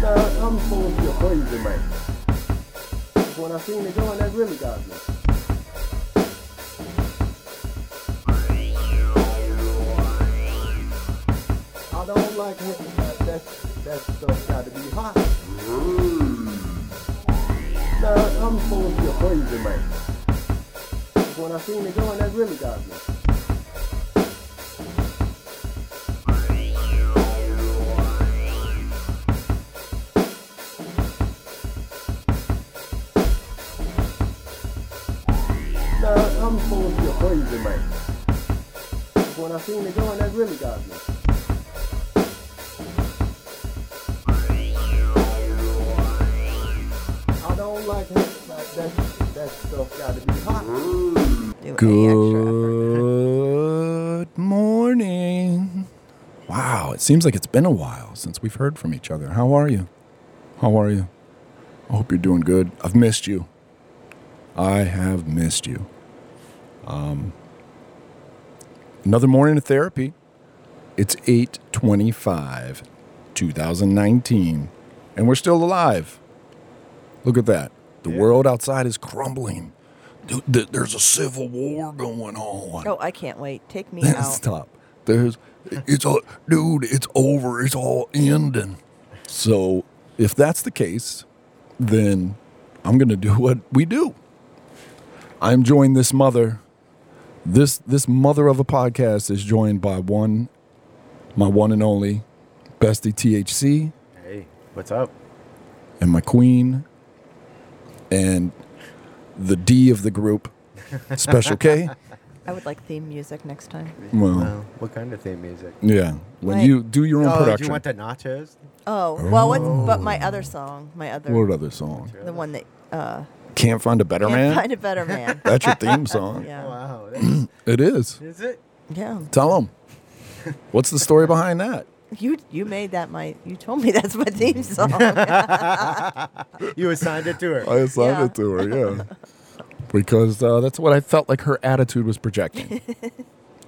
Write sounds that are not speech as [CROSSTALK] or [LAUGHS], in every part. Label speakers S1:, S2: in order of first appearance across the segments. S1: Nah, I'm supposed to be a crazy man. When I seen it going, that really got me. I don't like him. That, that, that stuff got to be hot. Nah, I'm supposed to be a crazy man. When I seen it going, that really got me. Nah, I'm supposed to be a crazy man. When I seen it going, that really got me. I don't like him. That, that, that stuff got to be hot.
S2: Do any extra effort.
S3: Good morning. Wow, it seems like it's been a while since we've heard from each other. How are you? How are you? I hope you're doing good. I've missed you. I have missed you. Um, another morning of therapy. It's 825, 2019, and we're still alive. Look at that. The world outside is crumbling. Th- th- There's a civil war going on.
S2: Oh, I can't wait. Take me out.
S3: Stop. There's it's all dude, it's over. It's all ending. So if that's the case, then I'm gonna do what we do. I'm joined this mother. This this mother of a podcast is joined by one, my one and only, bestie THC
S4: Hey, what's up?
S3: and my queen and the D of the group, Special K.
S2: I would like theme music next time.
S3: Well,
S4: [LAUGHS] Well, what kind of theme music?
S3: yeah. When
S2: Like-
S3: you do your own
S4: Oh, do
S3: production,
S4: you want the nachos?
S2: Oh, well, what's, but my other song, my other,
S3: what other song?
S2: the one that uh,
S3: Can't find a better
S2: can't
S3: man.
S2: find a better
S4: [LAUGHS]
S2: man.
S3: That's
S2: [LAUGHS]
S3: your theme song.
S2: yeah,
S4: Wow, that's,
S3: It is.
S4: is [COUGHS] it?
S2: yeah.
S3: Tell them. What's the story behind that?
S2: You you made that my. You told me [LAUGHS] that's my
S4: [LAUGHS]
S2: theme song.
S4: You assigned it to her. [LAUGHS]
S3: I assigned
S2: Yeah.
S3: it to her. Yeah. Because uh, that's what I felt like her attitude was
S2: [LAUGHS]
S3: projecting.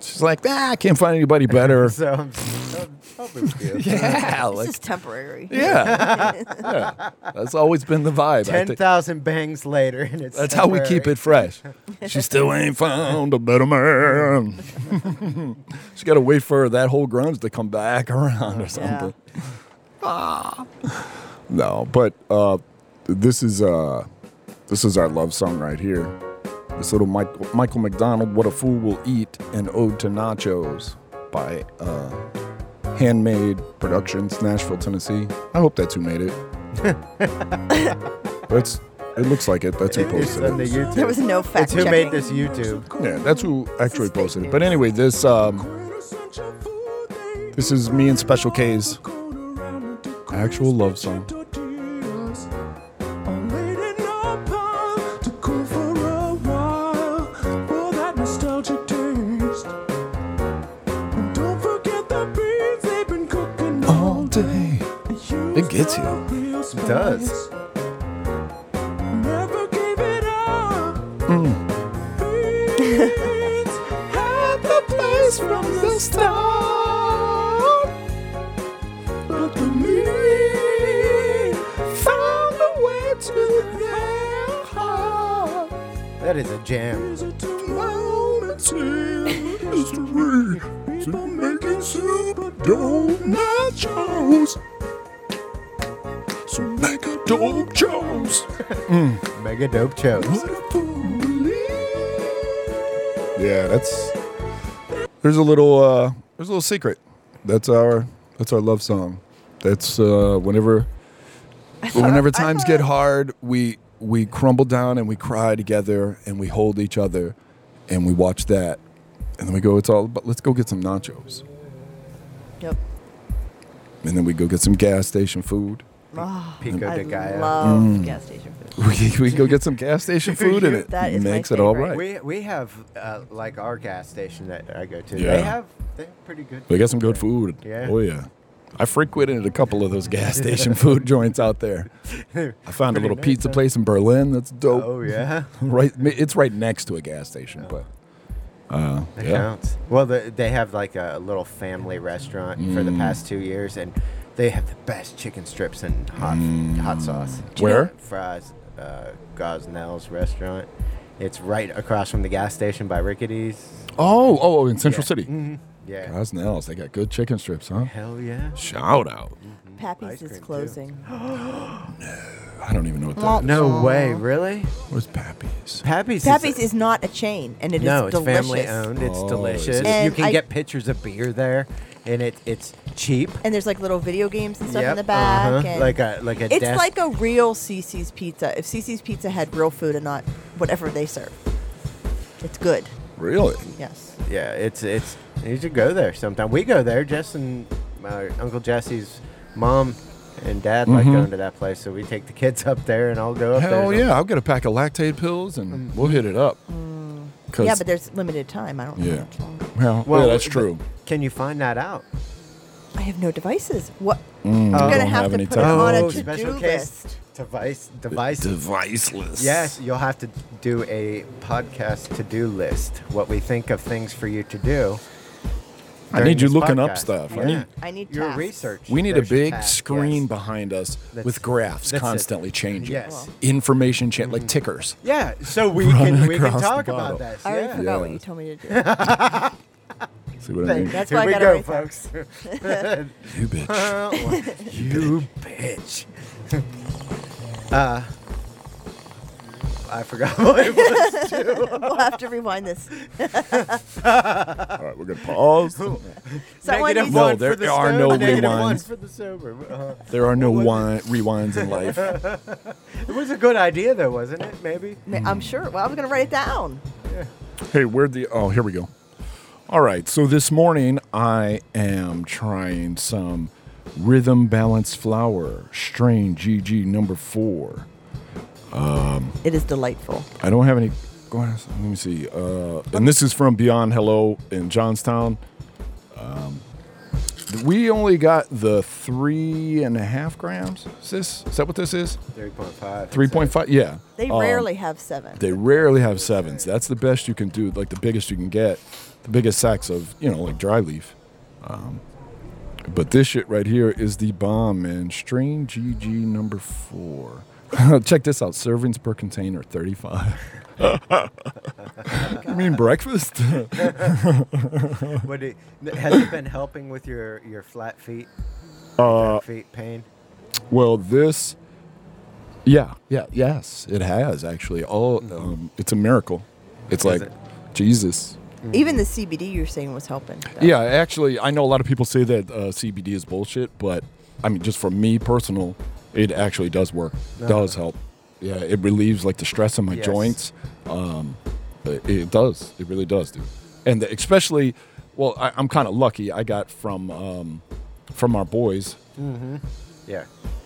S3: She's like, ah, I can't find anybody better.
S4: So um, I'm, I'm helping you. [LAUGHS]
S3: yeah.
S2: this
S3: Like,
S2: is temporary.
S3: yeah.
S2: [LAUGHS]
S3: yeah. That's always been the vibe. I
S4: Ten
S3: think.
S4: thousand bangs later, and it's
S3: That's how we keep
S4: temporary.
S3: it fresh. She still ain't found a better man. [LAUGHS] she got to wait for that whole grunge to come back around or something. Ah. No, but uh, this is uh, this is our love song right here. This little Michael, Michael McDonald, "What a Fool Will Eat," an ode to nachos by uh, Handmade Productions, Nashville, Tennessee. I hope that's who made it. that's. It looks like it. That's who
S4: It's
S3: posted
S4: on the
S3: it.
S4: YouTube.
S2: There was no fact
S4: it's who
S2: checking.
S4: made this YouTube.
S3: Yeah, that's who actually
S2: fake
S3: posted it.
S2: news.
S3: But anyway, this um, this is me and Special K's actual love song. All day. It gets you.
S4: It does.
S5: Never give it up.
S3: Mm. [LAUGHS]
S5: Had the place from the start. But the need found a way to their heart.
S4: That is a jam.
S5: Is it too moments history? People making soup, but don't nachos. So make a dope
S4: [LAUGHS]
S5: chose.
S4: Mega dope chose.
S3: Yeah, that's there's a little uh there's a little secret. That's our that's our love song. That's uh whenever whenever times get hard, we we crumble down and we cry together and we hold each other and we watch that and then we go it's all but let's go get some nachos.
S2: Yep.
S3: And then we go get some gas station food. [LAUGHS]
S2: Oh,
S4: Pico
S2: I
S4: de Gallo.
S2: love gas station food.
S3: We, we go get some
S2: [LAUGHS]
S3: gas station food and it
S2: That is my
S3: makes it all
S2: favorite.
S3: right.
S4: We we have uh, like our gas station that I go to.
S3: Yeah.
S4: They have they have pretty good.
S3: They got some good food.
S4: Yeah.
S3: Oh yeah. I frequented a couple of those gas station [LAUGHS] food joints out there. I found a little
S4: nice,
S3: pizza
S4: huh?
S3: place in Berlin that's dope.
S4: Oh yeah. [LAUGHS]
S3: Right, it's right next to a gas station, but uh,
S4: That
S3: yeah. Mm.
S4: counts. Well, the, they have like a little family restaurant for the past two years, and the They have the best chicken strips and hot hot sauce.
S3: Where?
S4: Fries, uh, Gosnell's restaurant. It's right across from the gas station by Rickety's.
S3: Oh, oh, in Central City.
S4: Yeah.
S3: Gosnells, they got good chicken strips, huh?
S4: Hell yeah.
S3: Shout out.
S2: Pappy's
S4: Ice
S2: is
S4: cream, too. [GASPS]
S2: closing.
S3: I don't even know what that
S2: Well,
S3: is.
S4: No
S2: Aw.
S4: way, really?
S3: Where's Pappy's?
S4: Pappy's.
S2: Pappy's
S4: is,
S2: is not a chain, and it is
S4: no, it's
S2: delicious.
S4: family owned. It's
S3: Oh, is
S4: delicious.
S3: it?
S2: And
S4: You can
S2: I-
S4: get pitchers of beer there, and it it's cheap.
S2: And there's like little video games and stuff in
S4: Yep,
S2: the back.
S4: uh-huh.
S2: and-
S4: Like a like a.
S2: it's
S4: desk.
S2: like a real CC's Pizza. If CC's Pizza had real food and not whatever they serve, it's good.
S3: Really?
S2: Yes.
S4: yeah, it's it's you should go there sometime. We go there. Jess and my Uncle Jesse's mom and dad like
S3: Mm-hmm.
S4: going to that place, so we take the kids up there, and I'll go up there.
S3: Hell yeah. I'll get a pack of lactate pills
S4: Mm.
S3: and we'll hit it up. Mm. 'Cause-
S2: Yeah, but there's limited time. I don't know
S3: Yeah.
S2: how much longer.
S3: Well,
S4: Well,
S3: yeah, that's
S4: but
S3: true.
S4: Can you find that out?
S2: I have no devices. What?
S3: Mm,
S2: I'm
S3: don't
S2: gonna have,
S3: have
S2: to
S3: any
S2: put it on
S3: Oh,
S2: a
S4: special
S2: to-do
S4: case
S2: list.
S4: device device.
S3: Deviceless.
S4: Yes, you'll have to do a podcast to do list. What we think of things for you to do.
S3: I need
S4: during
S3: you
S4: this
S3: looking up
S4: podcast.
S3: stuff. I
S4: Yeah.
S3: need,
S2: I need
S4: your
S2: tasks.
S4: research.
S3: we need a
S4: There's your
S3: big
S4: task,
S3: screen
S4: yes.
S3: behind us
S4: That's-
S3: with graphs
S4: that's it.
S3: constantly changing.
S4: Yes.
S3: Information cha- like tickers.
S4: Yeah, so we
S3: Running
S4: can we can
S3: across the
S4: talk
S3: bottle.
S4: about this.
S2: I already
S4: Yeah.
S2: forgot what
S3: Yeah.
S2: you told
S4: [LAUGHS]
S2: me to do.
S3: [LAUGHS] See what I mean?
S2: That's
S4: Here
S2: why I
S4: we
S2: gotta
S4: go,
S2: write that.
S4: folks.
S3: You bitch.
S4: [LAUGHS] you bitch. uh, I forgot [LAUGHS] what it
S2: [LAUGHS]
S4: was.
S2: we'll have to rewind this.
S3: All right, we're gonna pause.
S2: Someone
S4: Negative
S2: needs
S3: No,
S4: one
S3: there
S4: for the
S3: are
S4: sober,
S3: no
S4: negative one
S3: rewinds.
S4: for the sober. Uh,
S3: There are no
S4: What
S3: wi- rewinds in
S4: [LAUGHS]
S3: life.
S4: it was a good idea though, wasn't it? Maybe.
S2: Ma- I'm sure. Well, I was gonna write it down.
S3: hey, where'd the? Oh, here we go. All right, so this morning I am trying some rhythm balance flower strain GG number four.
S2: It is delightful.
S3: I don't have any. Go ahead. Let me see. Uh, and this is from Beyond Hello in Johnstown. Um, we only got the three and a half grams. Is this? Is that what this is?
S4: Three point five.
S3: Three point five. Yeah.
S2: They
S3: Um,
S2: rarely have seven.
S3: They rarely have sevens. That's the best you can do, like the biggest you can get, the biggest sacks of, you know, like dry leaf. Um, but this shit right here is the bomb, man. Strain GG number four. [LAUGHS] Check this out servings per container, 35. [LAUGHS] you mean breakfast? [LAUGHS]
S4: What do you- has it been helping with your your flat feet?
S3: Uh,
S4: Back feet pain.
S3: well, this, yeah, yeah, yes, it has actually. All, um, it's a miracle. It's like,
S4: it?
S3: Jesus.
S2: Even the CBD you're saying was helping. though.
S3: Yeah, actually, I know a lot of people say that uh, CBD is bullshit, but I mean, just for me personal, it actually does work. Does help. Yeah, it relieves like the stress in my
S4: Yes.
S3: joints. Um, it, it does. It really does, dude. And the, especially, well, I, I'm kind of lucky. I got from um, from our boys.
S4: Yeah.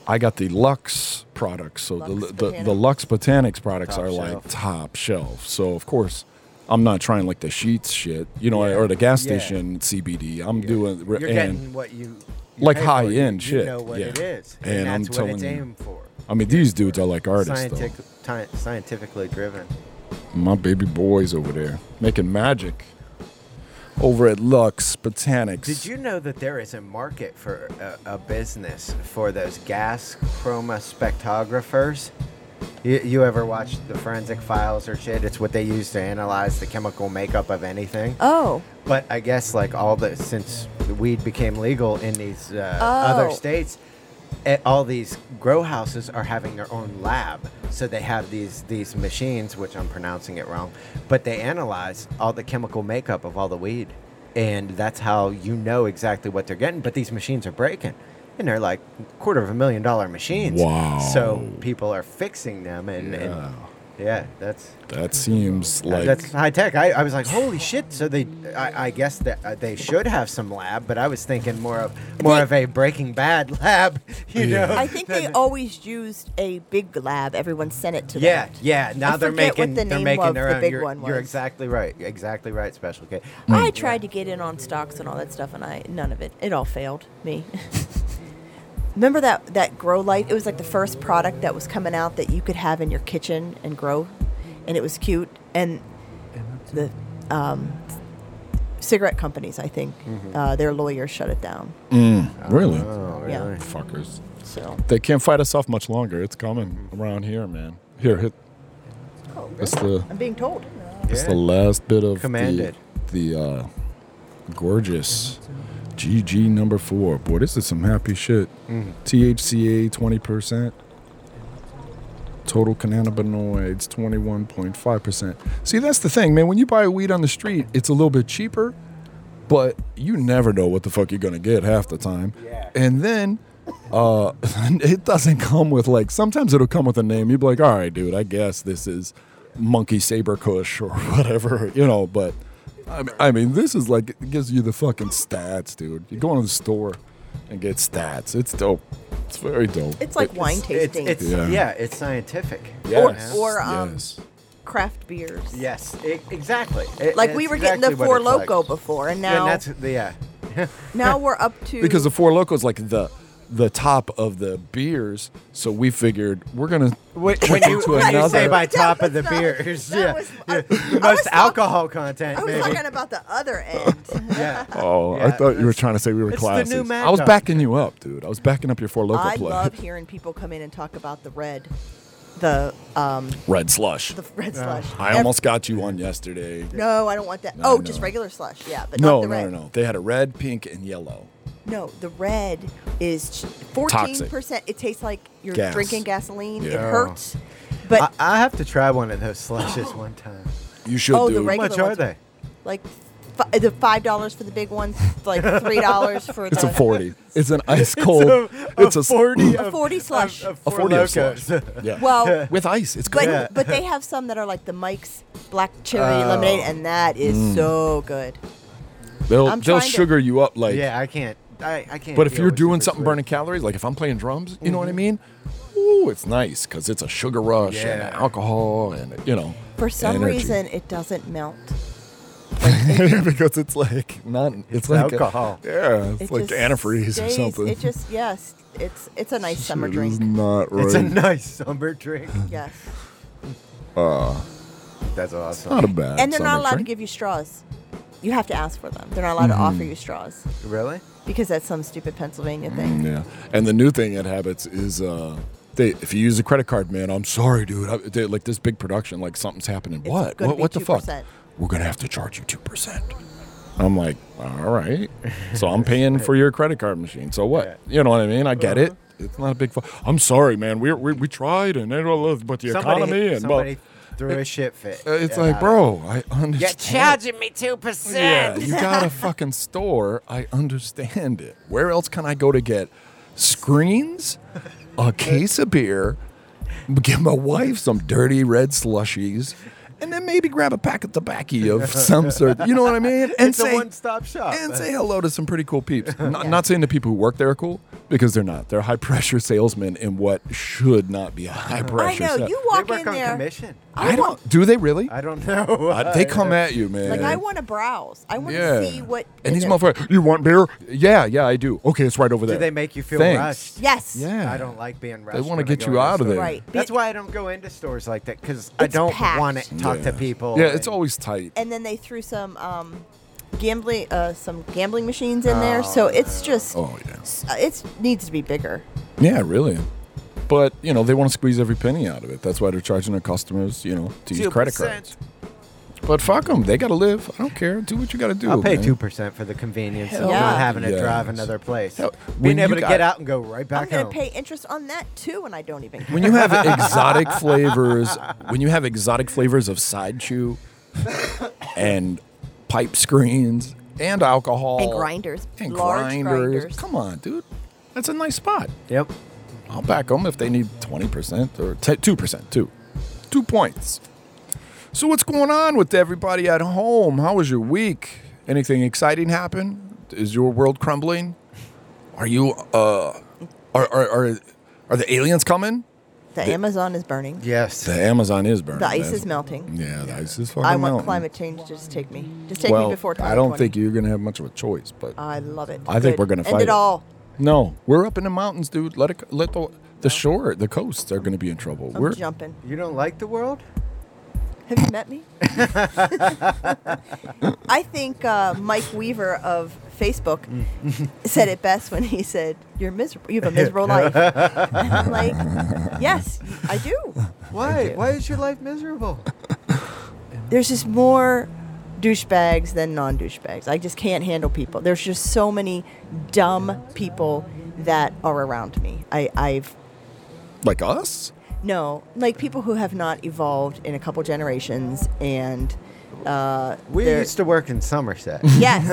S3: I got the Lux products. So
S2: Lux
S3: the, the the
S2: Botanics.
S3: Lux Botanics products
S4: Top
S3: are like
S4: shelf.
S3: top shelf. So of course, I'm not trying like the sheets shit, you know, or the gas
S4: Yeah.
S3: station CBD. I'm
S4: Yeah.
S3: doing
S4: You're
S3: and
S4: getting what you, you
S3: like
S4: pay for. You-
S3: high-end
S4: you
S3: shit,
S4: know what
S3: yeah.
S4: it is,
S3: And
S4: and,
S3: I'm
S4: that's what it's
S3: telling you,
S4: aimed for.
S3: I mean, these dudes are like artists,
S4: Scientific, ti- scientifically driven.
S3: though. My baby boys over there making magic over at Lux Botanics.
S4: Did you know that there is a market for a, a business for those gas chroma spectrographers? You, you ever watch the forensic files or shit? It's what they use to analyze the chemical makeup of anything.
S2: Oh,
S4: But I guess like all the since weed became legal in these uh, other
S2: Oh.
S4: states, eh, all these grow houses are having their own lab. So they have these these machines, which I'm pronouncing it wrong, but they analyze all the chemical makeup of all the weed, and that's how you know exactly what they're getting. But these machines are breaking. And they're like quarter of a million dollar machines.
S3: Wow.
S4: So people are fixing them, and yeah,
S3: Yeah.
S4: and, yeah that's
S3: That seems like
S4: that's high tech. I, I was like, [SIGHS] holy shit! So they, I, I guess that uh, they should have some lab, but I was thinking more of more of a Breaking Bad [LAUGHS] lab, you
S3: Yeah.
S4: know?
S2: I think they always used a big lab. Everyone sent it to
S4: [LAUGHS] yeah,
S2: them.
S4: yeah. Now they're
S2: forget what
S4: making
S2: the
S4: they're
S2: name
S4: making
S2: of
S4: their
S2: the
S4: own.
S2: big
S4: you're,
S2: one
S4: you're
S2: was.
S4: exactly right. Exactly right. Special K.
S2: I tried to get in on stocks and all that stuff, and I none of it. It all failed me. [LAUGHS] Remember that that grow light? It was like the first product that was coming out that you could have in your kitchen and grow, and it was cute. And the um, cigarette companies, I think.
S4: Mm-hmm.
S2: Uh, their lawyers shut it down.
S3: Really?
S4: Oh, really?
S2: Yeah.
S3: Fuckers.
S2: So
S3: They can't fight us off much longer. It's coming around here, man. Here, hit.
S4: Oh,
S3: That's the
S2: I'm being told.
S3: that's
S4: Yeah.
S3: the last bit of
S4: Commanded.
S3: the the uh, gorgeous GG number four. Boy, this is some happy shit. THCA twenty percent. Total cannabinoids twenty one point five percent. See, that's the thing, man. When you buy weed on the street, it's a little bit cheaper, but you never know what the fuck you're gonna get half the time.
S1: Yeah.
S3: And then uh, [LAUGHS] it doesn't come with like sometimes it'll come with a name. You'd be like, all right, dude, I guess this is Monkey Saber Kush or [LAUGHS] whatever, you know. But I mean, I mean, this is like it gives you the fucking stats, dude. You go in the store and get stats. It's dope. It's very dope.
S2: It's like wine
S4: It's,
S2: tasting
S4: it's
S3: Yeah.
S4: yeah. it's scientific.
S3: Yes,
S2: or, um,
S3: yes.
S2: craft beers.
S4: Yes, e- exactly. It-
S2: Like
S4: it's
S2: we were getting the
S4: exactly
S2: Four
S4: what it's
S2: Loco
S4: like.
S2: before, and
S4: Yeah,
S2: now
S4: and that's [LAUGHS] the, yeah.
S2: now we're up to
S3: because the Four Locos like the the top of the beers. So we figured we're gonna
S4: When,
S3: trick
S4: when you,
S3: into
S4: when you say
S3: another-
S4: by top
S2: was
S4: of the
S2: not-
S4: beers,
S2: that
S4: yeah,
S2: was-
S4: yeah.
S2: I-
S4: the
S2: I was
S4: most
S2: talk-
S4: alcohol
S2: I
S4: content,
S2: was
S4: maybe.
S2: talking about the
S4: [LAUGHS]
S2: other end.
S4: Yeah.
S3: Oh, I
S4: Yeah,
S3: thought you were
S4: that's-
S3: trying to say we were
S4: it's the new
S3: classes.
S4: Mad
S3: I was
S4: Dog.
S3: backing you up, dude. I was backing up your four local
S2: I
S3: play.
S2: love hearing people come in and talk about the red, the um,
S3: Red slush.
S2: the red slush.
S3: I
S2: Ev-
S3: almost got you one yesterday.
S2: No, I don't want that.
S3: No,
S2: oh,
S3: no.
S2: just regular slush. Yeah, but not
S3: No,
S2: the
S3: no, no,
S2: red.
S3: no. They had a red, pink, and yellow.
S2: No, the red is fourteen
S3: Toxic.
S2: percent. It tastes like you're
S3: Gas.
S2: drinking gasoline. It
S3: Yeah.
S2: hurts, but
S4: I, I have to try one of those slushes one time.
S3: You should
S2: Oh,
S3: do.
S2: the
S4: How
S2: regular
S4: much are
S2: ones.
S4: they?
S2: like fi- the five dollars for the big ones, like three dollars
S4: [LAUGHS]
S2: for
S3: it's
S2: the
S3: a forty.
S2: [LAUGHS]
S3: It's an ice cold. It's a, s-
S4: forty.
S2: A
S4: of-
S2: 40 slush.
S4: of- of
S3: a
S4: Four
S3: forty of
S4: Locos.
S3: slush. [LAUGHS] Yeah.
S2: Well,
S3: with ice, it's good.
S2: but
S4: Yeah.
S2: but they have some that are like the Mike's black cherry
S4: Oh.
S2: lemonade, and that is
S3: Mm.
S2: so good.
S3: they'll
S2: I'm
S3: they'll
S2: trying to-
S3: sugar you up like.
S4: [LAUGHS] yeah, I can't. I, I can't.
S3: But if
S4: deal
S3: you're
S4: with
S3: doing
S4: super
S3: something
S4: sweet.
S3: burning calories, like if I'm playing drums, you know what I
S2: Mm-hmm.
S3: mean? Ooh, it's nice because it's a sugar rush and
S4: Yeah.
S3: alcohol and you know.
S2: For some
S3: energy.
S2: reason, it doesn't melt.
S3: [LAUGHS] because it's like not it's, like a-
S4: alcohol.
S3: yeah, it's
S2: It
S3: like
S2: just
S3: antifreeze or
S2: stays-
S3: something.
S2: It just yes, it's it's a nice summer
S3: It is
S2: drink.
S3: Not right.
S4: It's a nice summer drink.
S2: Yes,
S4: That's awesome.
S3: not a bad.
S2: and they're not
S3: summer
S2: allowed to
S3: drink. Mm-hmm.
S2: give you straws. You have to ask for them. They're not allowed to offer you straws
S4: Really?
S2: because that's some stupid Pennsylvania thing.
S3: Yeah, and the new thing at Habits is uh, they if you use a credit card, man, I'm sorry, dude. I, they, like this big production, like something's happening. what?
S2: gonna
S3: What?
S2: be
S3: What the fuck?
S2: 2%.
S3: We're gonna have to charge you two percent. I'm like, all right. So I'm paying for your credit card machine. So what? You know what I mean? I get
S4: Uh-huh.
S3: it. It's not a big. Fu- I'm sorry, man. We we, we tried and it all, but the
S4: Somebody,
S3: economy and well, uh,
S4: somebody threw a shit fit.
S3: it's
S4: Yeah.
S3: like, bro, I understand.
S5: me 2%.
S3: Yeah, you got
S4: [LAUGHS]
S3: a fucking store. I understand it. Where else can I go to get screens, a case of beer, give my wife some dirty red slushies, and then maybe grab a pack of tobacco of
S4: [LAUGHS]
S3: some sort. You know what I mean? And
S4: It's a one-stop shop.
S3: And say hello to some pretty cool
S4: [LAUGHS]
S3: peeps. Not, not saying the people who work there are cool because they're not. They're high pressure salesmen in what should not be a high
S2: I
S3: pressure.
S2: know
S3: se-
S2: you
S4: They
S2: walk
S4: work
S2: in
S4: on
S2: there.
S4: commission.
S3: I don't. Do they really?
S4: I don't [LAUGHS] know.
S3: Uh, they come at you, man.
S2: Like I want to browse. I want to
S3: Yeah.
S2: see what.
S3: And these motherfuckers, you want beer? Yeah, yeah, I do. Okay, it's right over there.
S4: Do they make you feel
S3: Thanks.
S4: rushed?
S2: Yes.
S3: Yeah.
S4: I don't like being rushed.
S3: They want
S4: when
S3: to
S4: I
S3: get
S4: go
S3: you
S4: into
S3: out of
S4: stores.
S3: there.
S2: Right.
S4: That's
S2: Be-
S4: why I don't go into stores like that because I
S2: It's
S4: don't
S2: packed.
S4: want to talk
S3: Yeah.
S4: to people.
S3: Yeah, it's
S4: and-
S3: always tight.
S2: And then they threw some um, gambling, uh, some gambling machines in there. So it's just,
S3: oh yeah.
S2: it needs to be bigger.
S3: Yeah, really. But you know they want to squeeze every penny out of it. That's why they're charging their customers, you know, to use credit
S4: 2%.
S3: cards. But fuck them. They gotta live. I don't care. Do what you gotta do.
S4: I'll pay
S3: man.
S4: two percent for the convenience of
S2: Hell
S4: not
S2: yeah.
S4: having to
S3: Yes.
S4: drive another place.
S3: Hell, when
S4: Being
S3: you
S4: able to
S3: got-
S4: get out and go right
S2: I'm
S4: back
S2: going
S4: home.
S2: to pay interest on that too, and I don't even. Care.
S3: When you have exotic flavors, when you have exotic flavors of side chew, and pipe screens, and alcohol,
S2: And grinders.
S3: and
S2: Large grinders.
S3: Come on, dude. That's a nice spot.
S4: Yep.
S3: I'll back them if they need 20% or t- 2%, too. Two points. So, what's going on with everybody at home? How was your week? Anything exciting happen? Is your world crumbling? Are you, uh, are, are, are, are the aliens coming?
S2: the Amazon is burning.
S4: Yes.
S3: The Amazon is burning.
S2: The ice
S3: That's-
S2: is melting.
S3: Yeah, the ice is fucking
S2: I want
S3: melting.
S2: climate change to just take me. Just take
S3: well,
S2: me before Uh, 2020.
S3: I don't think you're going to have much of a choice, but
S2: I love it.
S3: I think
S2: Good.
S3: we're gonna
S2: End
S3: fight
S2: it
S3: it.
S2: all.
S3: no, we're up in the mountains, dude. Let it, let the, the shore, the coasts are going to be in trouble.
S2: I'm
S3: we're,
S2: jumping.
S4: You don't like the world?
S2: Have you met me? [LAUGHS] I think uh, Mike Weaver of Facebook
S4: Mm.
S2: said it best when he said, "You're miserable. You have a
S4: [LAUGHS]
S2: miserable life." And I'm like, "Yes, I do.
S4: Why? Why is your life miserable?
S2: There's just more douchebags than non-douchebags. I just can't handle people. There's just so many dumb people that are around me. I, I've
S3: Like us?
S2: No, like people who have not evolved in a couple generations and uh,
S4: [LAUGHS] We
S2: they're-
S4: used to work in Somerset.
S2: Yes,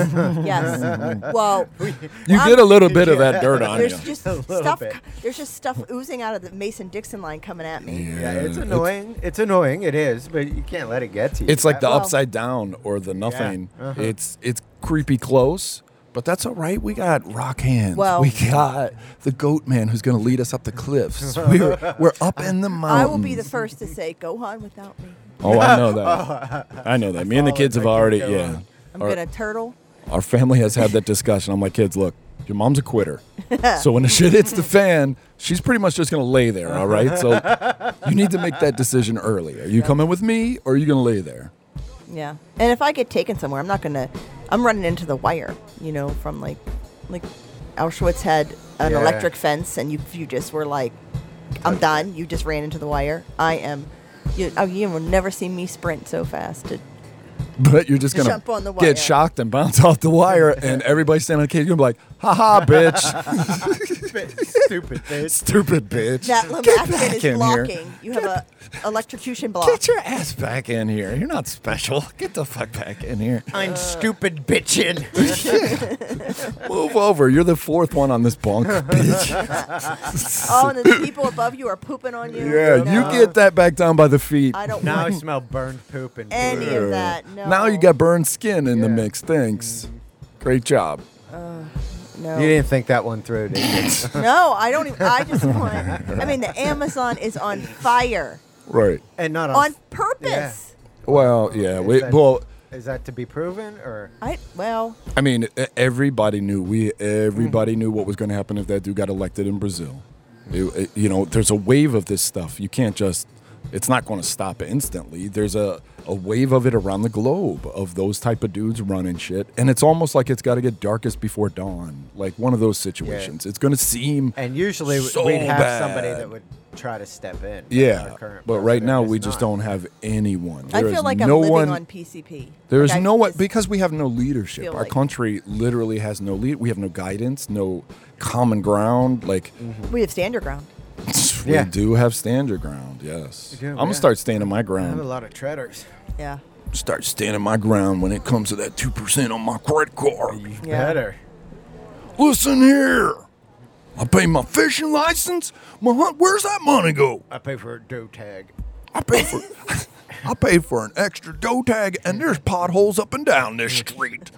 S2: yes. Well,
S3: You
S2: I'm-
S3: get
S2: [LAUGHS]
S3: a little bit of that dirt on you.
S2: there's just
S4: [LAUGHS] A little
S2: stuff.
S4: bit.
S2: There's just stuff oozing out of the Mason Dixon line coming at me.
S4: [LAUGHS] Yeah, it's annoying. It's, annoying. It is, but you can't let it get to you.
S3: It's like the
S2: Well-
S3: upside down or the nothing.
S4: uh-huh.
S3: It's it's creepy close, but that's all right. We got rock hands.
S2: Well-
S3: we got the goat man who's going to lead us up the
S4: [LAUGHS]
S3: cliffs. We're we're up in the
S2: I
S3: mountains.
S2: will be the first to say, "Go on without me."
S3: Oh, I
S2: [LAUGHS]
S3: know that.
S2: Oh.
S3: I know that. Me and the
S4: followed.
S3: kids have
S4: I keep
S3: already
S4: going.
S3: yeah.
S2: I'm
S3: Our,
S2: gonna turtle.
S3: our family has had that discussion. I'm like, kids, look, your mom's a
S2: [LAUGHS]
S3: quitter. so when the shit hits the fan, she's pretty much just gonna lay there, all right?
S2: [LAUGHS]
S3: So you need to make that decision early. Are you coming with me or are you gonna lay there?
S2: Yeah, and if I get taken somewhere, I'm not gonna. I'm running into the wire, you know, from like, like Auschwitz had an
S4: Yeah.
S2: electric fence, and you you just were like, I'm done. You just ran into the wire. I am. You, oh, you will never see me sprint so fast. To,
S3: But you're just gonna
S2: Jump on the wire.
S3: get shocked and bounce [LAUGHS] off the wire, and everybody standing on the cage gonna be like, "Ha
S2: [LAUGHS]
S3: ha, bitch!
S4: stupid. Bitch.
S3: Stupid bitch!
S2: that little
S3: Get
S2: action
S3: back
S2: is
S3: in
S2: blocking.
S3: here!
S2: You have a electrocution block.
S3: Get your ass back in here! You're not special. Get the fuck back in here!
S4: [LAUGHS] I'm stupid bitchin'.
S3: Move over. You're the fourth one on this [LAUGHS] bunk, bitch.
S2: Oh, and the people above you are pooping on you.
S3: Yeah,
S2: No.
S3: you get that back down by the feet.
S2: I don't
S4: [LAUGHS] now I
S2: want
S4: smell burned poop and
S2: any
S4: poo.
S2: of that. No.
S3: Now you got burned skin in the
S4: Yeah.
S3: mix. Thanks. Great job.
S2: No.
S4: You didn't think that one through, did you?
S2: [LAUGHS] No, I don't. Even, I just want. I mean, the Amazon is on fire
S3: Right.
S4: and not on.
S2: on purpose.
S3: Well, yeah.
S4: Is
S3: We,
S4: that-
S3: well,
S4: is that to be proven or?
S2: I well,
S3: I mean, e- everybody knew we everybody
S4: Mm-hmm.
S3: knew what was going to happen if that dude got elected in Brazil. It- it- you know, there's a wave of this stuff. You can't just it's not going to stop instantly. There's a a wave of it around the globe of those type of dudes running shit, and it's almost like it's got to get darkest before dawn, like one of those situations. It's going to seem
S4: And usually w-
S3: So
S4: we'd have somebody
S3: bad.
S4: that would try to step in.
S3: yeah.
S4: our current
S3: But right
S4: president
S3: now
S4: is
S3: we just
S4: not.
S3: don't have anyone.
S2: I
S3: There
S2: feel
S3: is
S2: like
S3: no
S2: I'm living
S3: one,
S2: on PCP.
S3: There is
S2: Like, I
S3: no one
S2: just-
S3: because we have no leadership.
S2: feel
S3: Our
S2: like-
S3: country literally has no lead. We have no guidance, no common ground. Like
S2: we have stand your ground.
S4: Mm-hmm. Yeah.
S3: [LAUGHS] we do have stand your ground. Yes,
S4: do,
S3: I'm gonna
S4: yeah.
S3: start standing my
S4: I have a
S3: ground.
S4: lot of treaders.
S2: Yeah.
S3: Start standing my ground when it comes to that two percent on my credit
S4: Mm-hmm.
S3: card.
S2: Yeah.
S4: Better.
S3: Listen here, I pay my fishing license. My hunt. Where's that money go?
S4: I pay for a dough tag.
S3: I pay for. I pay for an extra dough tag, and there's potholes up and down this street.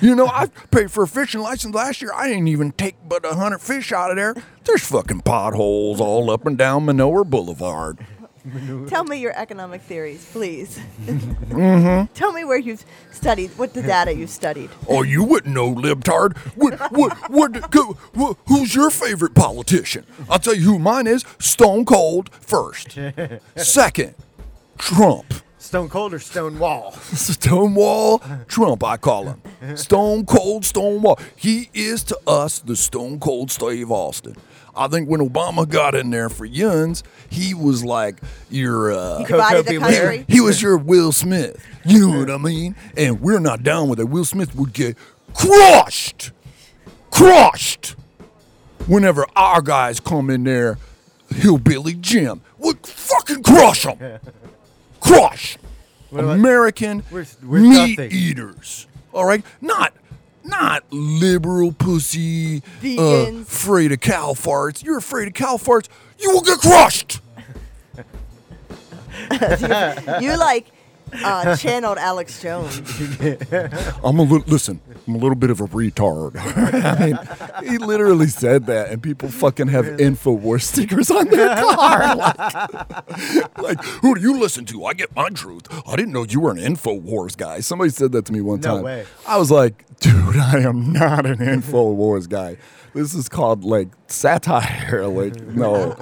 S3: You know, I paid for a fishing license last year. I didn't even take but a hundred fish out of there. There's fucking potholes all up and down Manoa Boulevard.
S2: Tell me your economic theories, please.
S3: Mm-hmm.
S2: [LAUGHS] Tell me where you've studied, what the data you've studied.
S3: Oh, you wouldn't know, libtard. What, what, what, go- wh- who's your favorite politician? I'll tell you who mine is. Stone Cold first. Second, Trump.
S4: Stone Cold or Stone Wall?
S3: Stonewall Trump, I call him. Stone Cold Stonewall. He is to us the Stone Cold Steve Austin. I think when Obama got in there for Yuns, he was like your uh,
S2: Divided the
S4: Coco
S2: country.
S4: Beware.
S3: he was your Will Smith. You know what I mean? And we're not down with it. Will Smith would get crushed, crushed. Whenever our guys come in there, hillbilly Jim would fucking crush them, crush.
S4: about-
S3: American
S4: We're- we're
S3: meat
S4: nothing.
S3: eaters. All right, not not liberal pussy uh,
S2: Vegans.
S3: afraid of cow farts. You're afraid of cow farts. You will get crushed.
S2: [LAUGHS] You like
S3: [LAUGHS]
S2: uh, channeled Alex Jones.
S3: I'm a little listen. I'm a little bit of a retard. [LAUGHS] I mean, he literally said that, and people fucking have Infowars stickers on
S4: [LAUGHS]
S3: their car. Like, [LAUGHS] like, who do you listen to? I get my truth. I didn't know you were an Infowars guy. Somebody said that to me one
S4: No
S3: time.
S4: way.
S3: I was like, dude, I am not an InfoWars guy. This is called like satire. [LAUGHS] Like, no,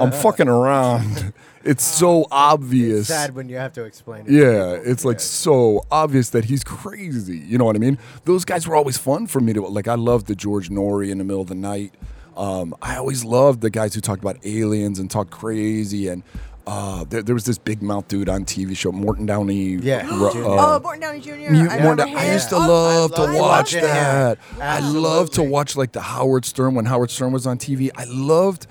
S3: I'm fucking around. It's so obvious.
S4: Sad when you have to explain it.
S3: Yeah, it's like so obvious that he's crazy. You know what I mean? Those guys were always fun for me to like. I loved the George Norrie in the middle of the night. Um, I always loved the guys who talked about aliens and talked crazy. And uh, there, there was this big mouth dude on TV show, Morton Downey. [GASPS]
S4: Yeah.
S3: Ru-
S4: Jr.
S3: uh,
S2: oh, Morton Downey Jr.
S3: you-
S2: I,
S3: Morton
S2: remember
S3: Dow- I
S2: him.
S3: used to
S2: Oh,
S3: love
S4: love
S3: to watch
S4: him.
S3: that. I love to
S4: Absolutely.
S3: watch like the Howard Stern when Howard Stern was on TV. I loved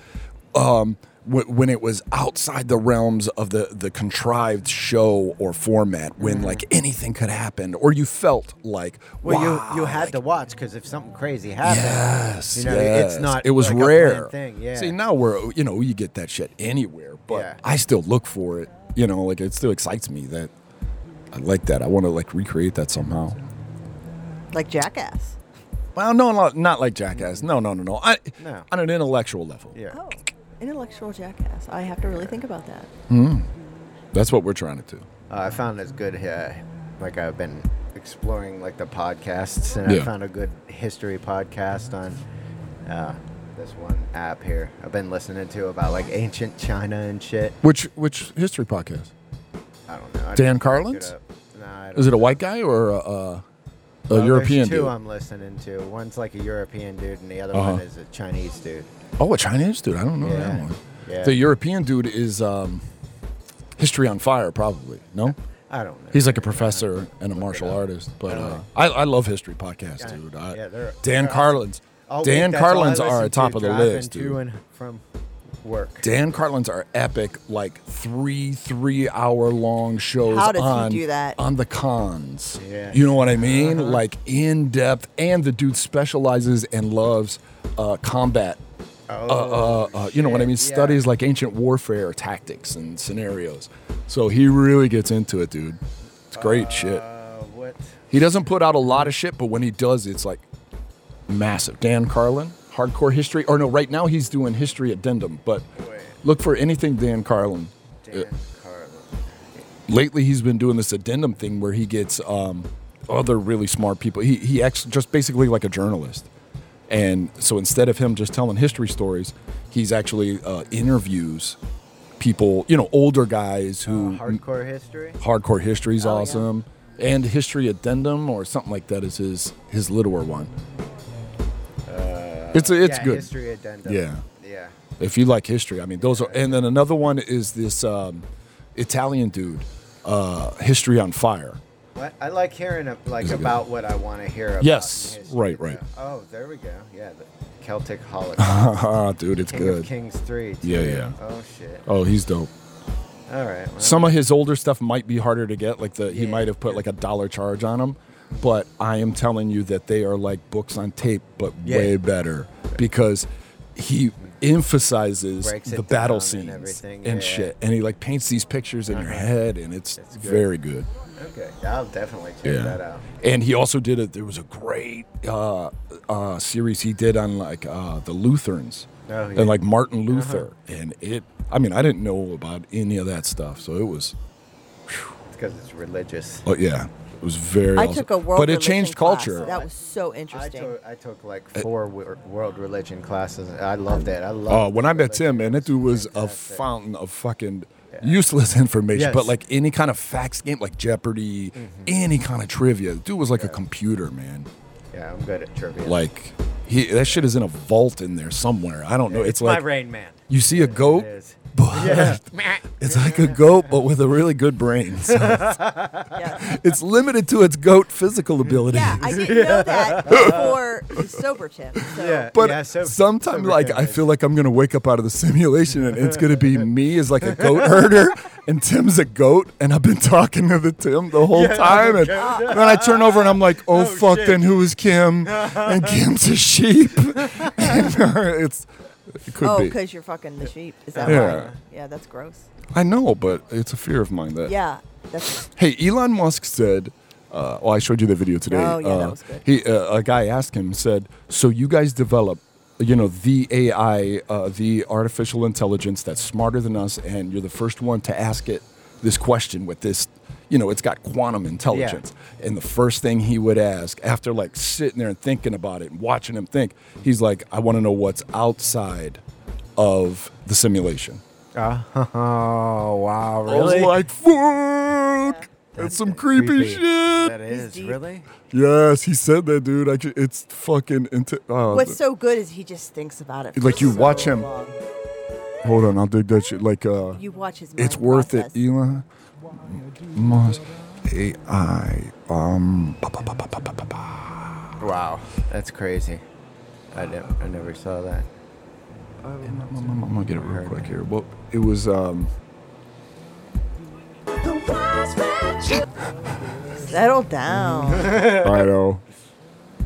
S3: um, wh- when it was outside the realms of the the contrived show or format when like anything could happen or you felt like
S4: Mm-hmm. Well,
S3: wow,
S4: you you had to watch because if something crazy happened,
S3: Yes,
S4: you know,
S3: yes.
S4: it's not.
S3: It was
S4: like a planned
S3: rare.
S4: thing. Yeah.
S3: See, now we're you know you get that shit anywhere, but
S4: Yeah.
S3: I still look for it. You know, like it still excites me that I like that. I want to like recreate that somehow.
S2: Like Jackass.
S3: Well, no, not, not like Jackass. No, no, no, no. I,
S4: No.
S3: On an intellectual level,
S4: yeah.
S2: Oh, intellectual Jackass. I have to really think about that.
S3: that's what we're trying to do.
S4: Uh, I found this good. Uh, like I've been exploring like the podcasts, and
S3: Yeah.
S4: I found a good history podcast on uh, this one app here. I've been listening to about like ancient China and shit.
S3: Which which history podcast?
S4: I don't know. I
S3: Dan
S4: didn't look
S3: Carlin's?
S4: it up. Nah, I don't
S3: Is it a white guy or a, a, a
S4: Well,
S3: European
S4: There's two
S3: dude?
S4: I'm listening to. One's like a European dude, and the other
S3: Uh-huh.
S4: one is a Chinese dude.
S3: oh, a Chinese dude. I don't know that
S4: Yeah.
S3: one.
S4: Yeah.
S3: The European dude is um, History on Fire, probably. No,
S4: I don't know.
S3: he's like a professor and a martial artist. But uh, I, I love history podcasts,
S4: Uh-huh. Yeah.
S3: dude. I,
S4: Yeah, they're-
S3: Dan
S4: they're-
S3: Carlin's.
S4: All week,
S3: Dan
S4: that's all I
S3: Carlin's are
S4: listen
S3: at top
S4: to,
S3: of the
S4: driving
S3: list,
S4: to
S3: dude.
S4: and from work.
S3: Dan Carlin's are epic, like three three hour long shows.
S2: How does he
S3: on,
S2: do that?
S3: on the cons?
S4: Yeah. Uh-huh.
S3: You know what I mean? Like in depth, and the dude specializes and loves uh, combat.
S4: Oh,
S3: uh, uh, uh, you know what I
S4: shit,
S3: mean?
S4: yeah.
S3: Studies like ancient warfare tactics and scenarios. So he really gets into it, dude. It's great shit.
S4: Uh, what?
S3: He doesn't put out a lot of shit, but when he does, it's like massive. Dan Carlin, hardcore history. Or no, right now he's doing history addendum, but
S4: Wait.
S3: look for anything Dan Carlin. Uh,
S4: Dan Carlin.
S3: Lately, he's been doing this addendum thing where he gets um, other really smart people. He, he acts just basically like a journalist. And so instead of him just telling history stories, he's actually uh, interviews people, you know, older guys who
S4: Hardcore history.
S3: Hardcore History's
S2: Oh, yeah.
S3: awesome, and History Addendum or something like that is his his littler one. it's a, it's
S4: Uh, yeah,
S3: good.
S4: History addendum.
S3: Yeah.
S4: Yeah.
S3: If you like history, I mean those are. And then another one is this um, Italian dude, uh, History on Fire. [LAUGHS]
S4: What? I like hearing uh, like
S3: Is it good?
S4: about what I want to hear about.
S3: Yes,
S4: in history,
S3: right, right.
S4: though. Oh, there we go. Yeah, the
S3: [LAUGHS]
S4: Celtic Holocaust.
S3: Haha, Ah, dude, it's
S4: King
S3: good.
S4: of Kings three. too.
S3: Yeah, yeah.
S4: Oh shit.
S3: Oh, he's dope.
S4: All right. Well,
S3: Some of his older stuff might be harder to get. Like the he
S4: Yeah.
S3: might have put like a dollar charge on them, but I am telling you that they are like books on tape, but
S4: Yeah.
S3: way better because he emphasizes
S4: Breaks
S3: the
S4: it
S3: battle
S4: down
S3: scenes
S4: and
S3: and,
S4: everything, yeah. Uh-huh.
S3: shit, and he like paints these pictures in your head, and it's,
S4: good.
S3: very good.
S4: okay. I'll definitely check that out.
S3: And he also did it. There was a great uh, uh, series he did on like uh, the Lutherans
S4: Oh, yeah.
S3: and like Martin Luther, and it. I mean, I didn't know about any of that stuff, so it was
S4: It's because it's religious.
S3: Oh yeah, it was very.
S2: I
S3: awesome.
S2: took a world.
S3: but it
S2: religion
S3: changed
S2: class.
S3: culture.
S2: That was so
S4: I
S2: interesting.
S4: took, I took like
S3: Eh.
S4: four wor- world religion classes. I loved it. I
S3: Uh,
S4: loved.
S3: when I met Tim,
S4: religion.
S3: man, that dude was a
S4: Fantastic.
S3: fountain of fucking useless [LAUGHS] information.
S4: Yes. Mm-hmm.
S3: But like any kind of facts game, like Jeopardy, any kind of trivia, the dude was like a computer, man.
S4: Yeah, I'm good at trivia.
S3: Like he, that shit is in a vault in there somewhere. I don't know. It's, like
S4: Rain Man.
S3: you see a goat,
S4: It is.
S3: but [LAUGHS] it's like a goat, but with a really good brain.
S4: [LAUGHS]
S3: So
S2: yeah.
S3: it's limited to its goat physical ability.
S2: yeah, I didn't know
S4: [LAUGHS]
S2: that before sober tip. So.
S4: Yeah,
S3: But
S4: yeah, so-
S3: sometimes,
S4: so
S3: like,
S4: Tim
S3: I
S4: is-
S3: feel like I'm gonna wake up out of the simulation, and it's gonna
S4: [LAUGHS]
S3: be me as like a goat herder, and Tim's a goat, and I've been talking to the Tim the whole time, and then I turn over and I'm like, oh, fuck, then who is Kim? And
S4: [LAUGHS]
S3: Kim's a sheep. [LAUGHS] And, [LAUGHS] uh, it's it could
S2: Oh,
S3: be.
S2: because you're fucking the sheep. Is that
S3: Yeah.
S2: why? Yeah, that's gross.
S3: I know, but it's a fear of mine that.
S2: Yeah, that's
S3: Hey, Elon Musk said. Uh, well, I showed you the video today.
S2: Oh, yeah, that
S3: Uh,
S2: was good.
S3: He, uh, a guy asked him, said, "So you guys develop, you know, the AI, uh, the artificial intelligence that's smarter than us, and you're the first one to ask it this question with this, you know, it's got quantum intelligence. And the first thing he would ask, after like sitting there and thinking about it and watching him think, he's like, I want to know what's outside of the simulation.
S4: [LAUGHS] Oh wow! Really?
S3: I was like, fuck! That's some creepy, shit.
S4: That is
S2: deep.
S4: really.
S3: Yes, he said that, dude. I ju- it's fucking. Inti- oh,
S2: What's so good is he just thinks about it. for
S3: Like, you
S2: so
S3: watch him.
S2: long.
S3: hold on, I'll dig that shit. Like, uh,
S2: You watch his.
S3: it's
S2: mind
S3: worth
S2: process.
S3: it, Elon Musk. AI. Um, ba, ba, ba, ba, ba, ba, ba, ba.
S4: Wow, that's crazy. I never, I never saw that.
S3: I'm, I'm- I'm gonna get it real quick here. Well, it was. Um,
S2: Settle down.
S3: I know. Uh,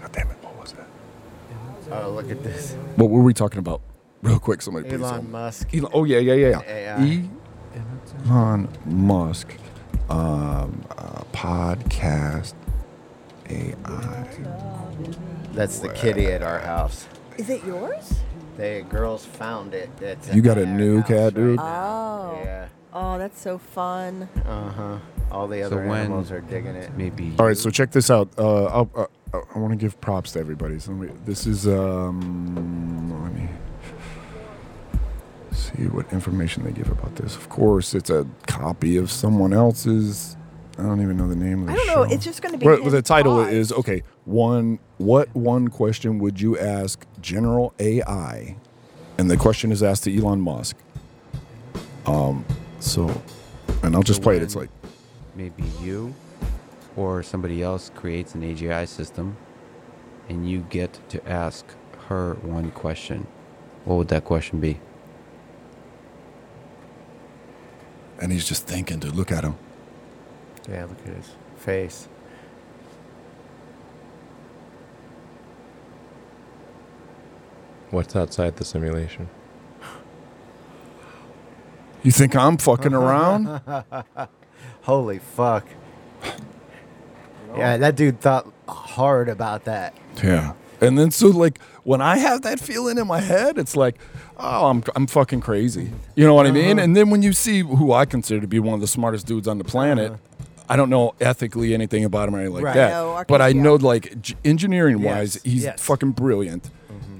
S3: God damn it! What was that?
S4: Oh, look at this.
S3: What were we talking about? Real quick, somebody. please help me.
S4: Elon Musk.
S3: Elon, oh yeah, yeah, yeah. E-,
S4: AI.
S3: Elon Musk, um, uh, podcast, AI.
S4: That's the kitty at our house.
S2: Is it yours?
S4: The girls found it. It's
S3: You got a
S4: at our
S3: new
S4: house
S3: cat,
S4: right
S3: dude?
S4: now.
S2: Oh.
S4: Yeah.
S2: Oh, that's so fun.
S4: Uh huh. All the other
S6: when-
S4: animals are digging it.
S6: Maybe.
S3: All right, so check this out. Uh, I'll, uh, I want to give props to everybody. So let me, this is um, let me see what information they give about this. Of course, it's a copy of someone else's. I don't even know the name of the
S2: I don't know.
S3: show.
S2: It's just going to be.
S3: Well,
S2: his
S3: the title
S2: thoughts.
S3: is okay. One, what one question would you ask General AI? And the question is asked to Elon Musk. Um, so, and I'll just play it. It's like,
S6: Maybe you or somebody else creates an AGI system and you get to ask her one question. What would that question be?
S3: and he's just thinking. Dude, look at him.
S4: Yeah, look at his face.
S7: What's outside the simulation?
S3: You think I'm
S4: [LAUGHS]
S3: fucking around?
S4: Holy fuck. [LAUGHS] Yeah, that dude thought hard about that.
S3: yeah. And then so like when I have that feeling in my head, it's like, oh, I'm I'm fucking crazy. You know what I
S4: Uh-huh.
S3: mean? And then when you see who I consider to be one of the smartest dudes on the planet. I don't know ethically anything about him or anything like
S4: Uh-huh. Right.
S3: that,
S2: No, our
S3: but I
S2: case, yeah.
S3: know like j- engineering wise,
S4: Yes,
S3: he's
S4: yes. Mm-hmm.
S3: fucking brilliant.